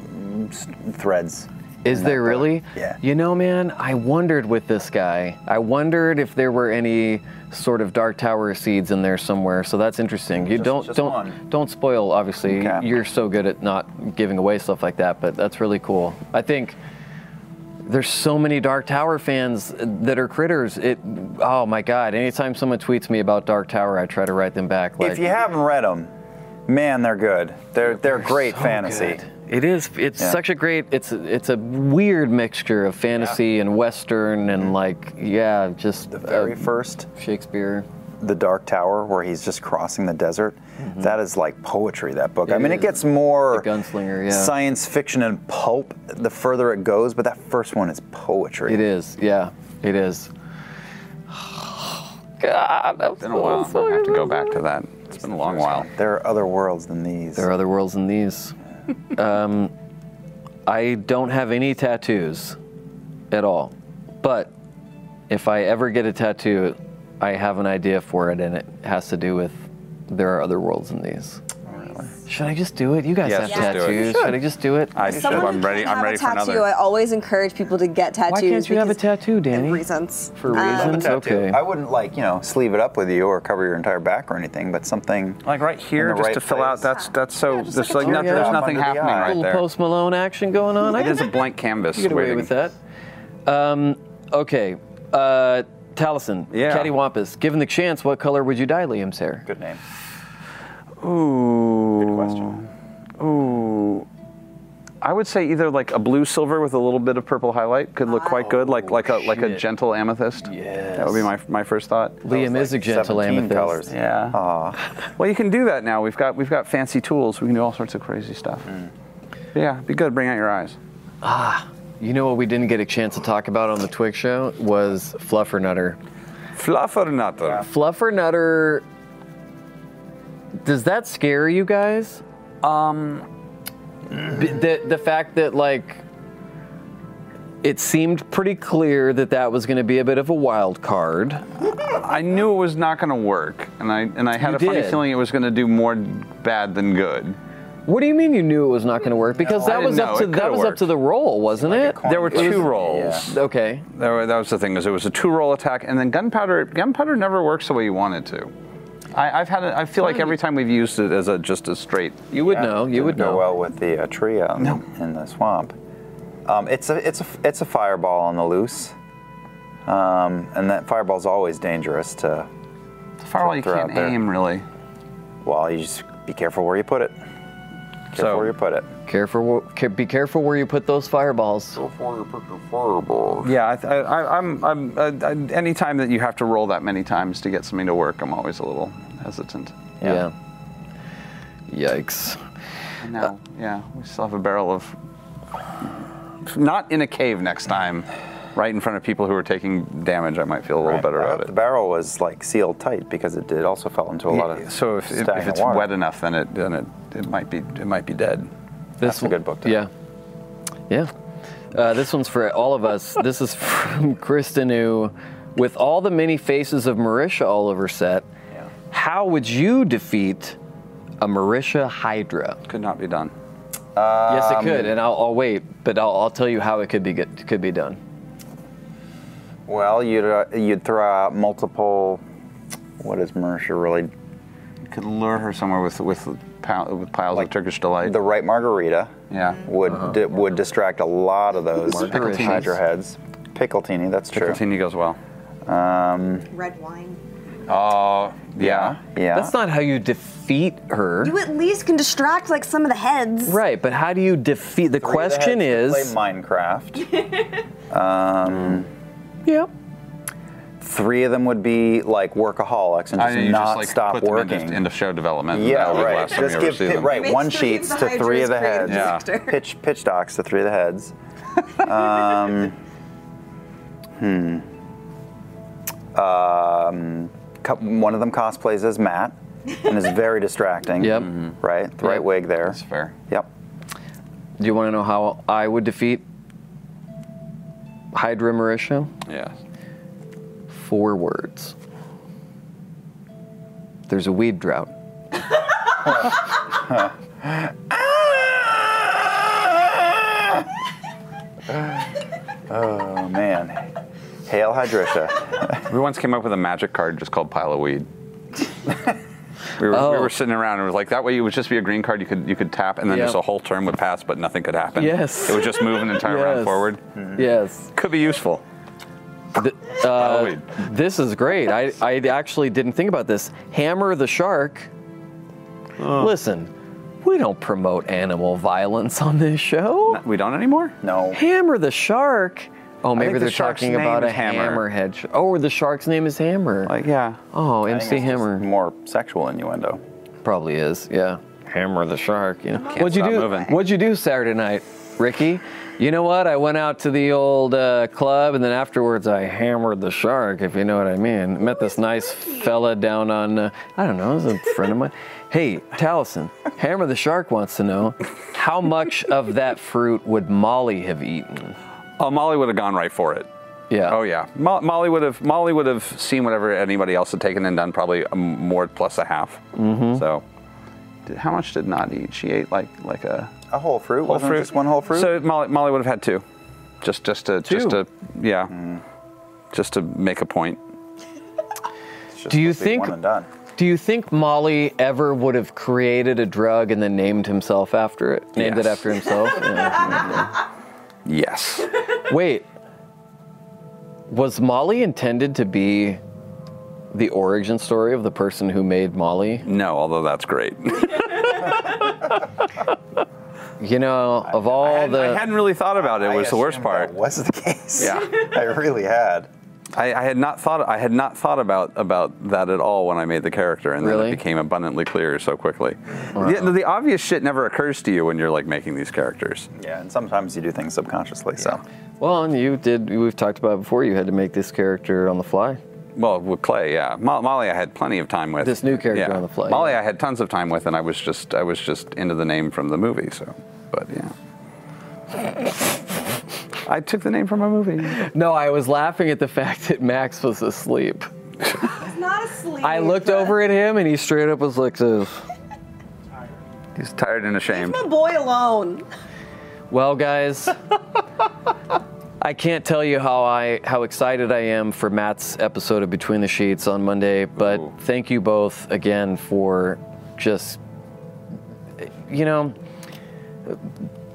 S4: mm, s- threads.
S3: Is there really?
S4: Yeah.
S3: You know, man, I wondered with this guy. I wondered if there were any sort of Dark Tower seeds in there somewhere. So that's interesting. You
S4: Just-
S3: don't
S4: just
S3: don't
S4: one.
S3: don't spoil. Obviously,
S4: Okay.
S3: you're so good at not giving away stuff like that. But that's really cool. I think there's so many Dark Tower fans that are critters. It. Oh my God! Anytime someone tweets me about Dark Tower, I try to write them back. Like,
S4: if you haven't read them, man, they're good. They're they're, great
S3: so
S4: fantasy.
S3: good. It is. It's
S4: Yeah.
S3: such a great. It's it's a weird mixture of fantasy and western and like yeah, just
S4: The very
S3: uh,
S4: first,
S3: Shakespeare.
S4: The Dark Tower, where he's just crossing the desert, that is like poetry. That book. I
S3: Mm-hmm. It
S4: mean, it
S3: is.
S4: gets more
S3: The Gunslinger, yeah.
S4: science fiction and pulp the further it goes, but that first one is poetry.
S3: It is. Yeah, it is. God, I'm
S5: Been a
S3: so
S5: while. I
S3: sorry.
S5: have to go back to that. It's been a long while.
S4: There are other worlds than these.
S3: There are other worlds than these. um, I don't have any tattoos at all, but if I ever get a tattoo, I have an idea for it, and it has to do with there are other worlds than these. Should I just do it? You guys have
S5: Yes, just do it. You
S3: tattoos.
S5: should.
S3: Should I just do it?
S5: I
S2: If
S5: should.
S2: Someone who
S5: I'm ready.
S2: can't
S5: I'm
S2: have
S5: ready
S2: a
S5: for
S2: tattoo.
S5: another.
S2: I always encourage people to get tattoos.
S3: Why can't you have a
S2: because-
S3: tattoo, Danny?
S2: For reasons.
S3: For
S2: Um,
S3: reasons? Okay.
S4: I wouldn't like you know sleeve it up with you or cover your entire back or anything, but something
S5: Like right here,
S4: In the
S5: just
S4: right
S5: to fill out.
S4: place.
S5: That's that's so.
S2: Yeah, just
S5: there's
S2: like
S5: like
S2: a
S5: not,
S3: teardrop
S5: there's nothing
S4: under the
S5: happening
S4: eye.
S5: right
S3: little
S5: there.
S3: Post Malone action going on. I
S5: It is
S3: guess
S5: a blank canvas.
S3: you get away
S5: waiting.
S3: with that. Um, okay, uh, Taliesin,
S5: Yeah.
S3: Cattywampus. Given the chance, what color would you dye Liam's hair?
S4: good name.
S5: Ooh.
S4: Good question.
S5: Ooh. I would say either like a blue silver with a little bit of purple highlight could look quite good, like like a like a
S3: shit.
S5: gentle amethyst. That would be my my first thought.
S3: Liam is a gentle
S4: 17
S3: amethyst.
S4: colors.
S5: Yeah.
S3: Uh.
S4: uh,
S5: Well, you can do that now. We've got we've got fancy tools. We can do all sorts of crazy stuff.
S3: Mm.
S5: Yeah, be good. Bring out your eyes.
S3: You know what we didn't get a chance to talk about on the Twig show was Fluffernutter.
S5: Fluffernutter.
S3: Fluffernutter. Does that scare you guys? Um. The the fact that like It seemed pretty clear that that was going to be a bit of a wild card.
S5: I knew it was not going to work, and I and I had
S3: You
S5: a funny
S3: did.
S5: feeling it was going to do more bad than good.
S3: What do you mean you knew it was not going to work? Because
S5: No, I
S3: that
S5: didn't
S3: was
S5: know.
S3: up to
S5: It
S3: that
S5: could've
S3: was up
S5: worked.
S3: to the roll, wasn't it?
S5: There were
S3: It was-
S5: two rolls.
S3: Okay.
S5: There were, that was the thing is it was a two roll attack, and then gunpowder. Gunpowder never works the way you want it to. I, I've had. It, I feel like every time we've used it as a just a straight.
S3: You would
S4: Yeah, didn't go well with the uh, tree out in- in the swamp. Um, it's a it's a it's a fireball on the loose, um, and that fireball's always dangerous to.
S5: It's a fireball you can't aim really.
S4: Well, you just be careful where you put it. Careful
S3: So-
S4: where you put it.
S3: Careful, wh- ca- be careful where you put those fireballs.
S5: Yeah, I, th- I, I, I'm. I'm. Uh, I, any time that you have to roll that many times to get something to work, I'm always a little hesitant.
S3: Yeah. Yikes.
S5: I know. yeah, we still have a barrel of. Not in a cave next time, right in front of people who are taking damage. I might feel a little better about it.
S4: The barrel was like sealed tight because it did also fell into a lot of.
S5: so if, if, if
S4: stagnant
S5: it's
S4: water.
S5: wet enough, then it then it, it might be it might be dead.
S3: This
S4: a good book.
S3: Yeah. Yeah. Uh, this one's for all of us. This is from Kristen, who, with all the many faces of Marisha all over set, how would you defeat a Marisha Hydra?
S5: Could not be done.
S3: yes, it
S4: Um,
S3: could, and I'll, I'll wait, but I'll, I'll tell you how it could be get, could be done.
S4: Well, you'd uh, you'd throw out multiple. What is Marisha really?
S5: Could lure her somewhere with with pile, with piles of Turkish delight.
S4: The right margarita.
S5: Yeah. Uh-huh.
S4: Would di- would distract a lot of those
S5: Margaritas.
S4: hydra heads. Pickletini, that's true.
S5: Pickletini goes well.
S4: Um,
S8: Red wine.
S5: Oh yeah,
S4: yeah.
S3: That's not how you defeat her.
S8: You at least can distract like some of the heads.
S3: Right, but how do you defeat? The question
S4: heads
S3: is.
S4: play Minecraft. um,
S3: Yep.
S4: Three of them would be like workaholics and
S5: I
S4: just
S5: know you
S4: not
S5: like,
S4: stop
S5: put
S4: working.
S5: Them into, into show development. and that
S4: yeah,
S5: would be the
S4: right.
S5: last time
S4: Just
S5: you ever
S4: give
S5: see
S4: pi-
S5: them.
S4: right one
S8: sure you
S4: sheets
S8: give
S4: to
S8: the
S4: three of the
S8: hydras
S4: heads.
S5: creative
S4: Pitch pitch docs to three of the heads. Um, hmm. Um, co- one of them cosplays as Matt and is very distracting. Yep. Right. The right wig there. That's
S5: fair.
S4: Yep.
S3: Do you want to know how I would defeat Hydra Marisha?
S5: Yeah.
S3: Four words. There's a weed drought.
S4: Oh man. Hail Hydrisha.
S5: We once came up with a magic card just called pile of weed. we, were, we were sitting around and it was like that way it would just be a green card you could you could tap and then
S3: Yeah.
S5: just a whole turn would pass but nothing could happen.
S3: Yes.
S5: It would just move an entire round
S3: Yes.
S5: forward.
S4: Mm-hmm.
S3: Yes.
S5: Could be useful.
S3: Th- uh, this is great. I, I actually didn't think about this. Hammer the shark. Listen, we don't promote animal violence on this show.
S5: we don't anymore?
S4: No.
S3: Hammer the shark. Oh,
S5: I
S3: maybe
S5: think the
S3: they're
S5: shark's
S3: talking
S5: name
S3: about a
S5: is Hammer.
S3: hammerhead. sh- Oh, the shark's name is Hammer.
S5: Like yeah.
S3: Oh,
S4: I think
S3: MC
S4: it's just
S3: Hammer.
S4: More sexual innuendo.
S3: Probably is. Yeah. Hammer the shark. You know.
S5: Can't
S3: what'd you
S5: stop
S3: do?
S5: moving.
S3: What'd you do Saturday night, Ricky? You know what? I went out to the old uh, club, and then afterwards I hammered the shark, if you know what I mean. Met this nice fella down on, uh, I don't know, it was a friend of mine. Hey, Tallison, Hammer the Shark wants to know how much of that fruit would Molly have eaten?
S5: Oh, Molly would have gone right for it.
S3: Yeah.
S5: Oh yeah. Mo- Molly would have Molly would have seen whatever anybody else had taken and done probably a m- more plus a half. Mm-hmm. So did, how much did not eat? She ate like like a
S4: A whole fruit.
S5: whole
S4: wasn't it
S5: fruit.
S4: Just one whole fruit.
S5: So Molly, Molly would have had two, just just to just
S3: Two?
S5: to yeah, just to make a point.
S4: It's just
S3: Do you
S4: supposed to be
S3: think-
S4: one and done?
S3: Do you think Molly ever would have created a drug and then named himself after it? Named
S5: Yes.
S3: it after himself? Yeah.
S5: Yes.
S3: Wait. Was Molly intended to be the origin story of the person who made Molly?
S5: no, although that's great.
S3: You know, of all
S5: I, hadn't-
S3: the
S5: I hadn't really thought about it.
S4: I
S5: Was the worst
S4: assumed that
S5: part.
S4: was the case.
S5: Yeah.
S4: I really had.
S5: I, I had not thought I had not thought about about that at all when I made the character, and then
S3: Really?
S5: it became abundantly clear so quickly. The, the obvious shit never occurs to you when you're like making these characters.
S4: Yeah, and sometimes you do things subconsciously. So
S3: well, and you did. We've talked about it before. You had to make this character on the fly.
S5: Well, with Clay, yeah. Mo- Molly, I had plenty of time with.
S3: This new character
S5: Yeah.
S3: on the fly,
S5: Molly,
S3: yeah.
S5: I had tons of time with, and I was just I was just into the name from the movie. So, but yeah. I took the name from a movie.
S3: No, I was laughing at the fact that Max was asleep.
S8: Not asleep.
S3: I looked
S5: uh,
S3: over at him and he straight up was like this.
S5: He's tired and ashamed.
S8: The boy alone.
S3: Well, guys, I can't tell you how I how excited I am for Matt's episode of Between the Sheets on Monday, but thank you both again for just you know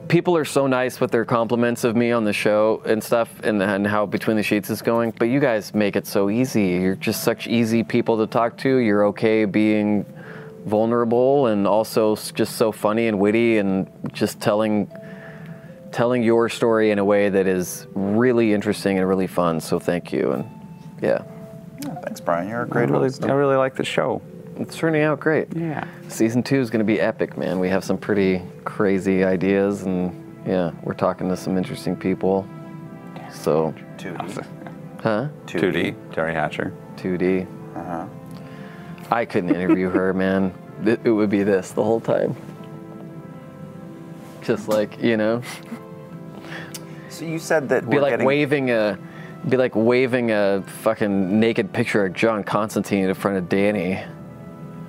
S3: people are so nice with their compliments of me on the show and stuff and, and how Between the Sheets is going, but you guys make it so easy. You're just such easy people to talk to. You're okay being vulnerable and also s- just so funny and witty and just telling telling your story in a way that is really interesting and really fun. So thank you and yeah.
S4: Thanks, Brian. You're a
S5: I
S4: great
S5: really,
S4: host.
S5: I really like the show.
S3: It's turning out great.
S5: Yeah.
S3: Season two is going to be epic, man. We have some pretty crazy ideas, and yeah, we're talking to some interesting people. So,
S4: 2D.
S3: huh?
S4: 2D.
S5: Terry Hatcher.
S3: 2D. Uh-huh. I couldn't interview her, man. It, it would be this the whole time. Just like, you know?
S4: So you said that
S3: be
S4: we're
S3: like
S4: getting-
S3: waving a be like waving a fucking naked picture of John Constantine in front of Danny.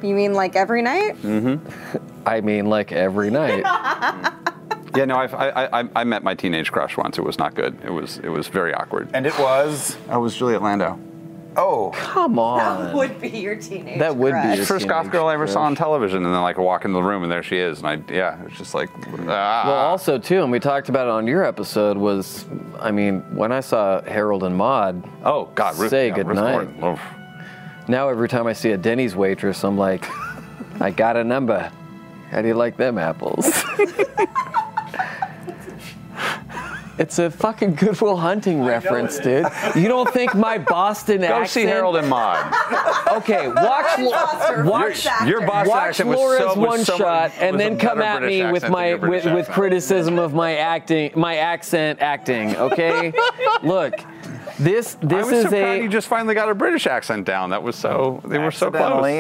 S8: You mean like every night?
S3: Mm-hmm. I mean, like every night.
S5: Yeah, no, I've, I, I I- I met my teenage crush once. It was not good. It was it was very awkward.
S4: And it was.
S5: I was Juliet Landau.
S4: Oh.
S3: Come
S8: That would be your teenage.
S3: That would be
S8: crush.
S3: your
S5: First goth
S3: teenage
S5: girl I ever saw
S3: crush.
S5: on television, and then like I walk into the room and there she is, and I yeah, it's just like ah.
S3: Well, also too, and we talked about it on your episode. Was I mean, when I saw Harold and Maude,
S5: oh God, Ruth,
S3: say
S5: yeah,
S3: good
S5: Ruth
S3: night.
S5: Gordon. Oof.
S3: Now every time I see a Denny's waitress, I'm like, I got a number. How do you like them apples? it's a fucking Goodwill Hunting reference, dude. You don't think my Boston
S5: Go
S3: accent?
S5: see Harold and Maude.
S3: Okay, watch, Lo-
S8: Your-
S3: watch,
S5: your Boston
S3: watch
S5: accent was so-
S3: Laura's
S5: was
S3: one
S5: so-
S3: shot, and
S5: was a
S3: then come
S5: better
S3: at
S5: British
S3: me with
S5: accent than
S3: my
S5: your
S3: with,
S5: British
S3: with
S5: accent.
S3: criticism of my acting, my accent acting. Okay, look, this
S5: I
S3: this
S5: was
S3: is
S5: so proud
S3: a
S5: you just finally got a British accent down. That was so they were so
S4: Accidentally,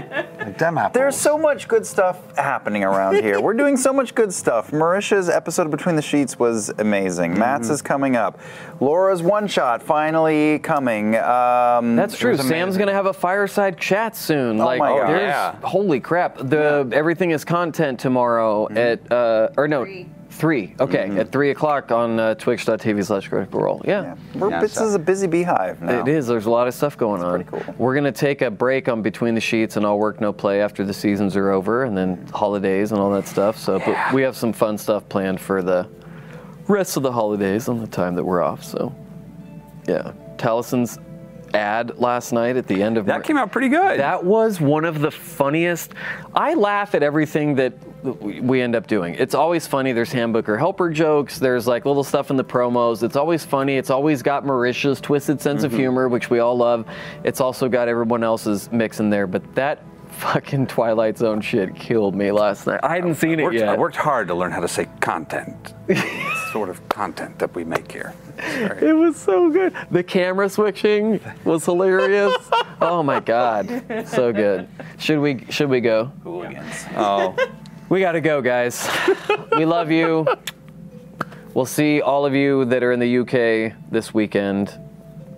S5: close.
S4: accidentally. There's so much good stuff happening around here. We're doing so much good stuff. Marisha's episode of Between the Sheets was amazing.
S3: Mm-hmm.
S4: Matt's is coming up. Laura's one shot finally coming. Um,
S3: That's
S4: it
S3: true.
S4: was
S3: Sam's
S4: amazing.
S3: gonna have a fireside chat soon.
S4: Oh
S3: like,
S4: my God.
S3: there's,
S4: Yeah.
S3: holy crap! The everything is content tomorrow
S5: Mm-hmm.
S3: at uh, or no. Three. Okay, at three o'clock on uh, twitch.tv slash critical role. Yeah.
S4: We're, this is a busy beehive now.
S3: It is. There's a lot of stuff going on. We're gonna take a break on Between the Sheets and All Work No Play after the seasons are over, and then holidays and all that stuff. So, but we have some fun stuff planned for the rest of the holidays on the time that we're off. So, yeah, Taliesin's ad last night at the end of
S5: That came out pretty good.
S3: That was one of the funniest. I laugh at everything that we end up doing. It's always funny. There's handbook or helper jokes. There's like little stuff in the promos. It's always funny. It's always got Marisha's twisted sense of humor, which we all love. It's also got everyone else's mix in there. But that fucking Twilight Zone shit killed me last night. I hadn't seen it
S5: worked,
S3: yet.
S5: I worked hard to learn how to say content, sort of content that we make here.
S3: It was so good. The camera switching was hilarious. oh my god, so good. Should we should we go?
S5: Oh,
S3: We gotta go, guys. we love you. We'll see all of you that are in the UK this weekend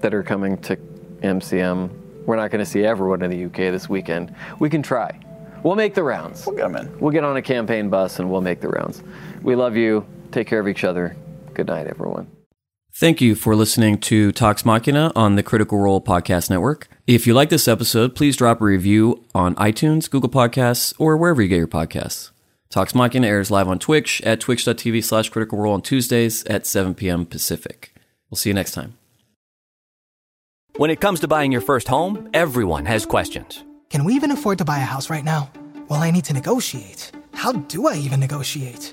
S3: that are coming to MCM. We're not gonna see everyone in the UK this weekend. We can try. We'll make the rounds.
S4: We'll get 'em in.
S3: We'll get on a campaign bus and we'll make the rounds. We love you. Take care of each other. Good night, everyone.
S1: Thank you for listening to Talks Machina on the Critical Role Podcast Network. If you like this episode, please drop a review on iTunes, Google Podcasts, or wherever you get your podcasts. Talks Machina airs live on Twitch at twitch.tv slash critical role on Tuesdays at 7 p.m. Pacific. We'll see you next time.
S9: When it comes to buying your first home, everyone has questions.
S6: Can we even afford to buy a house right now? Well, I need to negotiate. How do I even negotiate?